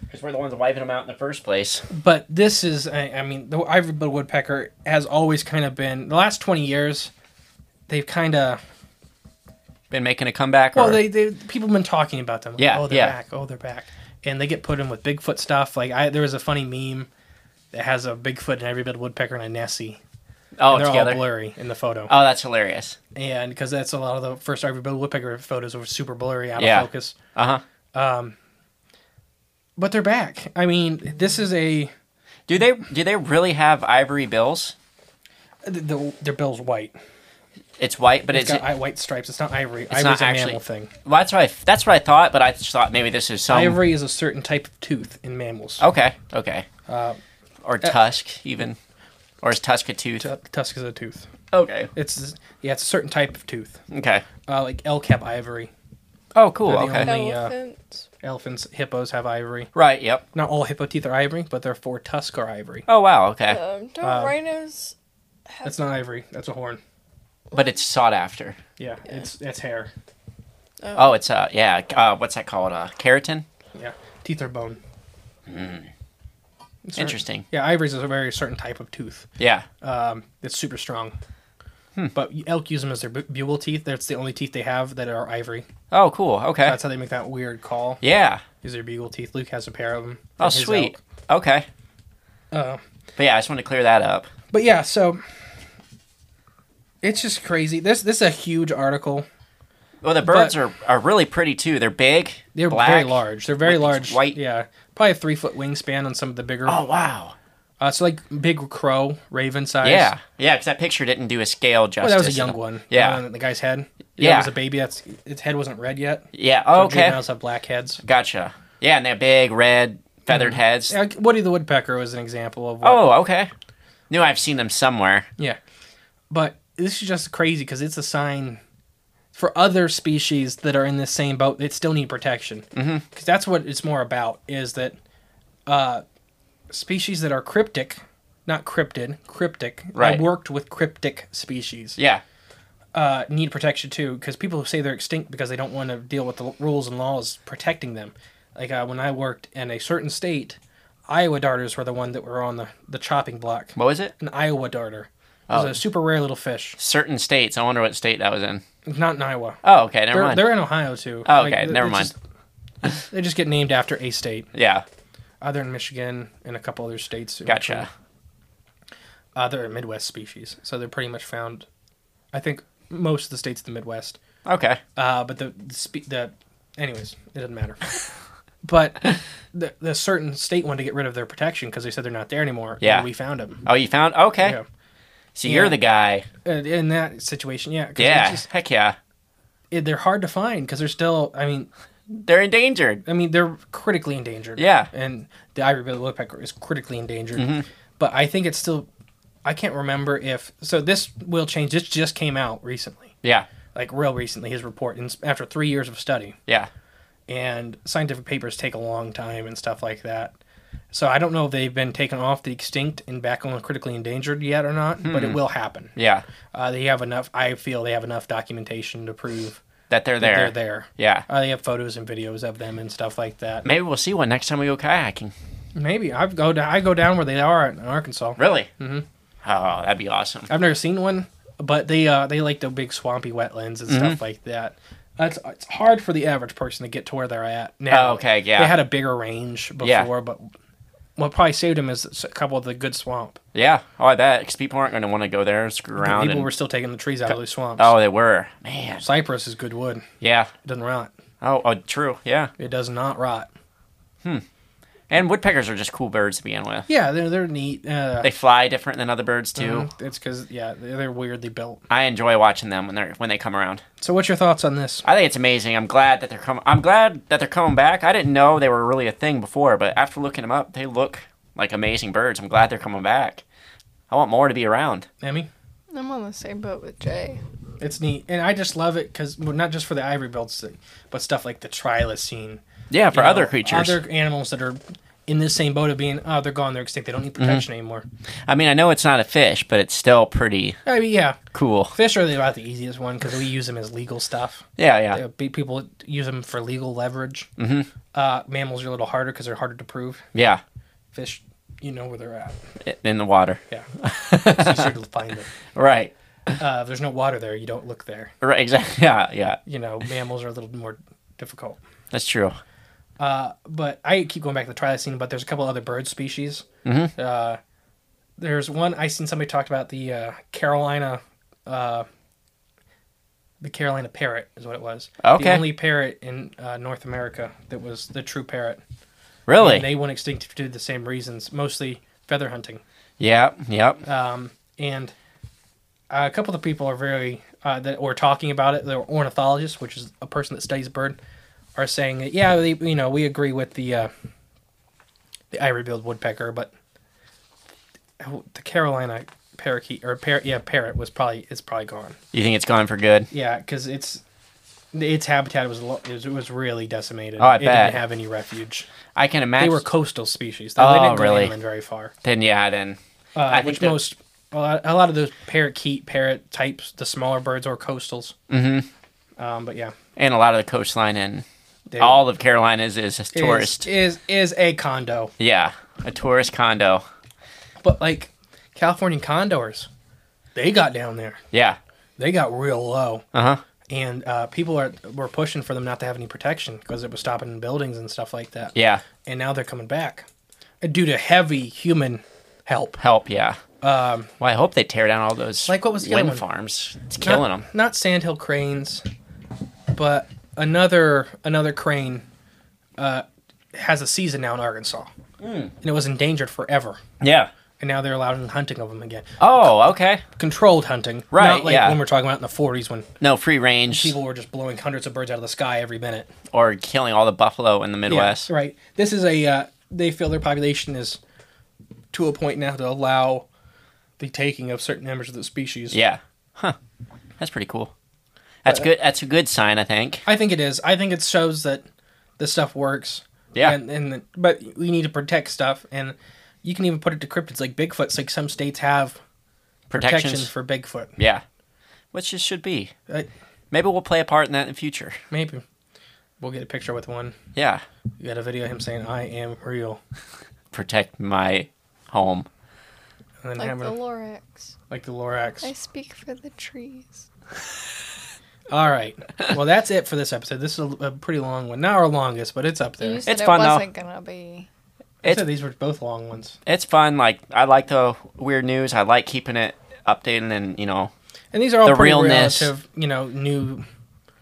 C: Because we're the ones wiping them out in the first place.
B: but this is I, I mean the ivory billed woodpecker has always kind of been the last 20 years they've kind of
C: Been making a comeback.
B: well
C: or-
B: they, they people have been talking about them Like,
C: Yeah,
B: oh they're
C: yeah.
B: back oh they're back and they get put in with bigfoot stuff like I there was a funny meme that has a bigfoot and ivory billed woodpecker and a nessie
C: oh
B: and they're
C: together.
B: all blurry in the photo
C: Oh, that's hilarious.
B: and because that's a lot of the first ivory billed woodpecker photos were super blurry out
C: Yeah.
B: of focus
C: Uh huh.
B: but they're back i mean this is a
C: Do they do they really have ivory bills?
B: the, the, their bill's white
C: It's white, but
B: it's
C: it's,
B: got i white stripes it's not ivory
C: it's
B: ivory's
C: not
B: a
C: actually.
B: mammal thing
C: Well, that's what I that's what I thought, but I just thought maybe this is some.
B: Ivory is a certain type of tooth in mammals.
C: Okay, okay.
B: Uh,
C: or
B: eh.
C: tusk even, or is tusk a tooth?
B: T- tusk is a tooth.
C: okay,
B: It's yeah, it's a certain type of tooth,
C: okay.
B: uh, like L cap ivory.
C: Oh, cool.
B: They're the
C: Okay.
B: only- Only, uh,
D: Elephants.
B: Elephants, hippos have ivory.
C: Right. Yep.
B: Not all hippo teeth are ivory, but their four tusks are ivory.
C: Oh wow. Okay.
D: um, don't
B: Uh,
D: rhinos.
B: That's not ivory. That's a horn.
C: but it's sought after.
B: Yeah, it's it's hair.
C: Oh, it's uh yeah. Uh, what's that called? Uh, keratin.
B: Yeah, teeth are bone. It's certain-
C: Interesting.
B: Yeah, ivory is a very certain type of tooth.
C: Yeah.
B: Uh, It's super strong.
C: Hmm.
B: But elk use them as their bu- bugle teeth. That's the only teeth they have that are ivory.
C: oh, cool. Okay.
B: That's how they make that weird call.
C: yeah.
B: Is their bugle teeth? Luke has a pair of them.
C: Oh, sweet. Okay.
B: Uh,
C: But yeah, I just wanted to clear that up.
B: But yeah, so it's just crazy. This this is a huge article.
C: Well, the birds are, are really pretty too. They're big.
B: They're
C: black,
B: very large. They're very
C: with
B: large.
C: these White.
B: Yeah, probably a three foot wingspan on some of the bigger.
C: Oh wow.
B: Uh, so like big crow, raven size.
C: Yeah, yeah. Because that picture didn't do a scale
B: Oh,
C: justice.
B: that was a
C: at
B: young
C: all.
B: one.
C: Yeah.
B: The one that the guy's head.
C: Yeah.
B: It was a baby. That's its head wasn't red yet.
C: yeah.
B: So
C: Oh, okay.
B: Juveniles have black heads.
C: Gotcha. Yeah, and they're big, red, feathered heads.
B: Mm-hmm. Yeah, like Uh, Woody the woodpecker was an example of. What,
C: Oh, okay. Knew I've seen them somewhere.
B: Yeah. But this is just crazy because it's a sign for other species that are in this same boat that still need protection. Because mm-hmm. that's what it's more about is that uh, species that are cryptic, not cryptid, cryptic.
C: Right.
B: I worked with cryptic species.
C: Yeah.
B: Uh, need protection too because people who say they're extinct because they don't want to deal with the rules and laws protecting them. Like uh, when I worked in a certain state, Iowa darters were the one that were on the, the chopping block
C: What was it?
B: an Iowa darter. It
C: Oh.
B: was a super rare little fish.
C: Certain states. I wonder what state that was in.
B: It's Not in Iowa.
C: Oh, okay. Never
B: they're,
C: mind.
B: they're in Ohio too.
C: Oh, okay,
B: they-
C: never
B: they
C: mind.
B: just- they just get named after a state.
C: yeah.
B: Other in Michigan and a couple other states. in
C: Gotcha.
B: between. Uh, they're a Midwest species, so they're pretty much found. I think most of the states in the Midwest.
C: Okay.
B: Uh, but the the, spe- the anyways, it doesn't
C: [laughs]
B: matter. but the, the certain state wanted to get rid of their protection because they said they're not there anymore. and
C: Yeah.
B: we found them.
C: Oh, you found. Okay.
B: Yeah.
C: So
B: Yeah.
C: you're the guy.
B: And in that situation, yeah, 'cause it's
C: Yeah.
B: just-
C: Heck yeah.
B: it, they're hard to find because they're still. I mean,
C: They're endangered.
B: I mean, they're critically endangered.
C: Yeah. Mm-hmm.
B: And the ivory-billed woodpecker is critically endangered. But I think it's still. I can't remember if so. This will change. This just came out recently,
C: Yeah.
B: like real recently. His report, and s- after three years of study,
C: Yeah.
B: and scientific papers take a long time and stuff like that. So I don't know if they've been taken off the extinct and back on critically endangered yet or not, but it will happen.
C: Hmm. Yeah.
B: Uh, they have enough. I feel they have enough documentation to prove
C: That they're
B: that
C: there.
B: they're there.
C: Yeah.
B: Uh, they have photos and videos of them and stuff like that.
C: Maybe we'll see one next time we go kayaking.
B: Maybe I go down, I go down where they are in Arkansas.
C: Really? Mm-hmm. Oh, that'd be awesome.
B: I've never seen one, but they uh, they like the big swampy wetlands and
C: Mm-hmm.
B: stuff like that. That's it's hard for the average person to get to where they're at now.
C: Oh, okay, yeah.
B: They had a bigger range before,
C: Yeah.
B: but what probably saved them is a couple of the good swamp.
C: Yeah. Oh, I bet. Because people aren't going to want to go there and screw around.
B: People
C: and-
B: were still taking the trees out of the swamps.
C: oh, they were. Man.
B: Cypress is good wood. It
C: Yeah.
B: doesn't rot.
C: Oh, oh, true. Yeah.
B: It does not rot.
C: And woodpeckers are just cool birds to begin with.
B: Yeah, they're they're neat. Uh, um,
C: They fly different than other birds too.
B: it's because yeah, they're, they're weirdly built.
C: I enjoy watching them when they're when they come around.
B: So what's your thoughts on this?
C: I think it's amazing. I'm glad that they're coming. I'm glad that they're coming back. I didn't know they were really a thing before, but after looking them up, they look like amazing birds. I'm glad they're coming back. I want more to be around.
B: Emmy?
D: I'm on the same boat with Jay.
B: It's neat, and I just love it because well, not just for the ivory builds, but stuff like the trilocene.
C: Yeah, for
B: you know,
C: other creatures.
B: other animals that are in this same boat of being oh they're gone, they're extinct, they don't need
C: Mm-hmm.
B: protection anymore.
C: I mean, I know it's not a fish, but it's still pretty
B: I mean, yeah,
C: cool.
B: fish are about the easiest one because we use them as legal stuff.
C: Yeah, yeah,
B: Uh, pe- People use them for legal leverage. Mm-hmm. Uh, mammals are a little harder because they're harder to prove.
C: yeah.
B: Fish, you know where they're at.
C: I- In the water. [laughs]
B: Yeah, it's easier to find them.
C: Right.
B: Uh, if there's no water there, you don't look there.
C: Right. Exactly. [laughs] Yeah, yeah.
B: You know, mammals are a little more difficult.
C: That's true.
B: but I keep going back to the trilocene, but there's a couple other bird species.
C: Mm-hmm.
B: Uh, there's one I seen somebody talked about the uh, Carolina, uh, the Carolina parrot is what it was.
C: Okay.
B: The only parrot in uh, North America that was the true parrot.
C: Really.
B: And they went extinct due to the same reasons, mostly feather hunting.
C: Yep. Yep.
B: And uh, a couple of the people are very uh, that were talking about it. They were ornithologists, which is a person that studies bird, are saying that yeah, they, you know, we agree with the uh, the ivory-billed woodpecker, but the Carolina parakeet or parrot, yeah, parrot was probably it's probably gone.
C: you think it's gone for good?
B: Yeah, because it's its habitat was lo- it was- it was really decimated.
C: Oh, I
B: it
C: bet.
B: didn't have any refuge.
C: I can imagine.
B: They were coastal species. They, they
C: Oh,
B: didn't go
C: really?
B: inland very far.
C: Then yeah, then
B: Uh,
C: I think
B: which
C: that-
B: most a lot, a lot of those parakeet parrot types, the smaller birds or coastals. Mm-hmm. Um, but yeah,
C: and a lot of the coastline and
B: They-
C: all of Carolina is, is a tourist.
B: is is, is a condo,
C: yeah, a tourist condo.
B: but like Californian condors, they got down there.
C: Yeah.
B: They got real low,
C: Uh huh.
B: and uh, people are were pushing for them not to have any protection because it was stopping buildings and stuff like that.
C: Yeah.
B: and now they're coming back uh, due to heavy human help.
C: Help. Yeah. Um. Well, I hope they tear down all those
B: Like, what was the other
C: wind
B: one?
C: farms. It's killing
B: not,
C: them.
B: Not sandhill cranes. but another another crane uh, has a season now in Arkansas,
C: Hmm.
B: and it was endangered forever.
C: Yeah.
B: And now they're allowed in hunting of them again,
C: Oh, okay.
B: controlled hunting,
C: Right,
B: Not like
C: yeah.
B: when we're talking about in the '40s when
C: No free range
B: people were just blowing hundreds of birds out of the sky every minute.
C: or killing all the buffalo in the
B: Yeah,
C: Midwest.
B: right. This is a uh, they feel their population is to a point now to allow the taking of certain members of the species.
C: Yeah. Huh. That's pretty cool.
B: Uh,
C: That's good. That's a good sign, I think.
B: I think it is. I think it shows that this stuff works.
C: Yeah.
B: And, and the, but we need to protect stuff, and you can even put it to cryptids like Bigfoot. Like some states have protections
C: Protections.
B: for Bigfoot.
C: yeah. Which it should be.
B: Uh,
C: Maybe we'll play a part in that in the future.
B: maybe we'll get a picture with one.
C: Yeah.
B: You got a video of him saying, "I am real,"
C: Protect my home.
B: and then
D: Like
B: having
D: the
B: a-
D: Lorax.
B: like the Lorax.
D: I speak for the trees.
B: All right. Well, that's it for this episode. This is a, a pretty long one, not our longest, but it's up there.
D: You said
C: It's
D: it
C: fun, though.
D: wasn't gonna be.
B: I said
C: It's-
B: these were both long ones.
C: It's fun. Like I like the weird news. I like keeping it updated and you know.
B: And these are all
C: The
B: pretty
C: realness.
B: relative, you know, new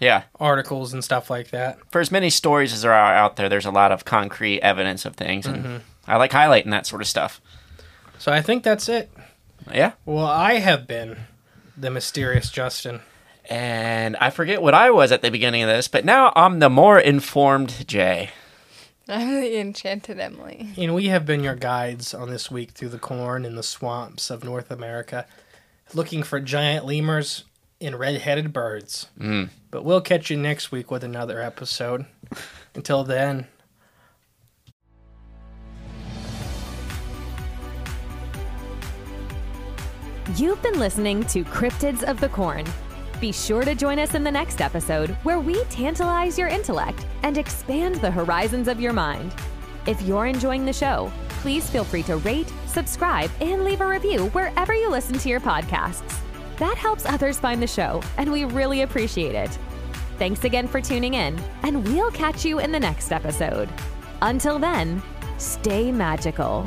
C: Yeah.
B: articles and stuff like that.
C: For as many stories as there are out there, there's a lot of concrete evidence of things, and I like highlighting that sort of stuff.
B: So I think that's it.
C: Yeah.
B: Well, I have been the mysterious Justin.
C: And I forget what I was at the beginning of this, but now I'm the more informed Jay.
D: I'm the enchanted Emily.
B: And we have been your guides on this week through the corn and the swamps of North America, looking for giant lemurs and red headed birds. Mm. But we'll catch you next week with another episode. Until then.
A: You've been listening to Cryptids of the Corn. Be sure to join us in the next episode where we tantalize your intellect and expand the horizons of your mind. If you're enjoying the show, please feel free to rate, subscribe, and leave a review wherever you listen to your podcasts. That helps others find the show, and we really appreciate it. Thanks again for tuning in, and we'll catch you in the next episode. Until then, stay magical.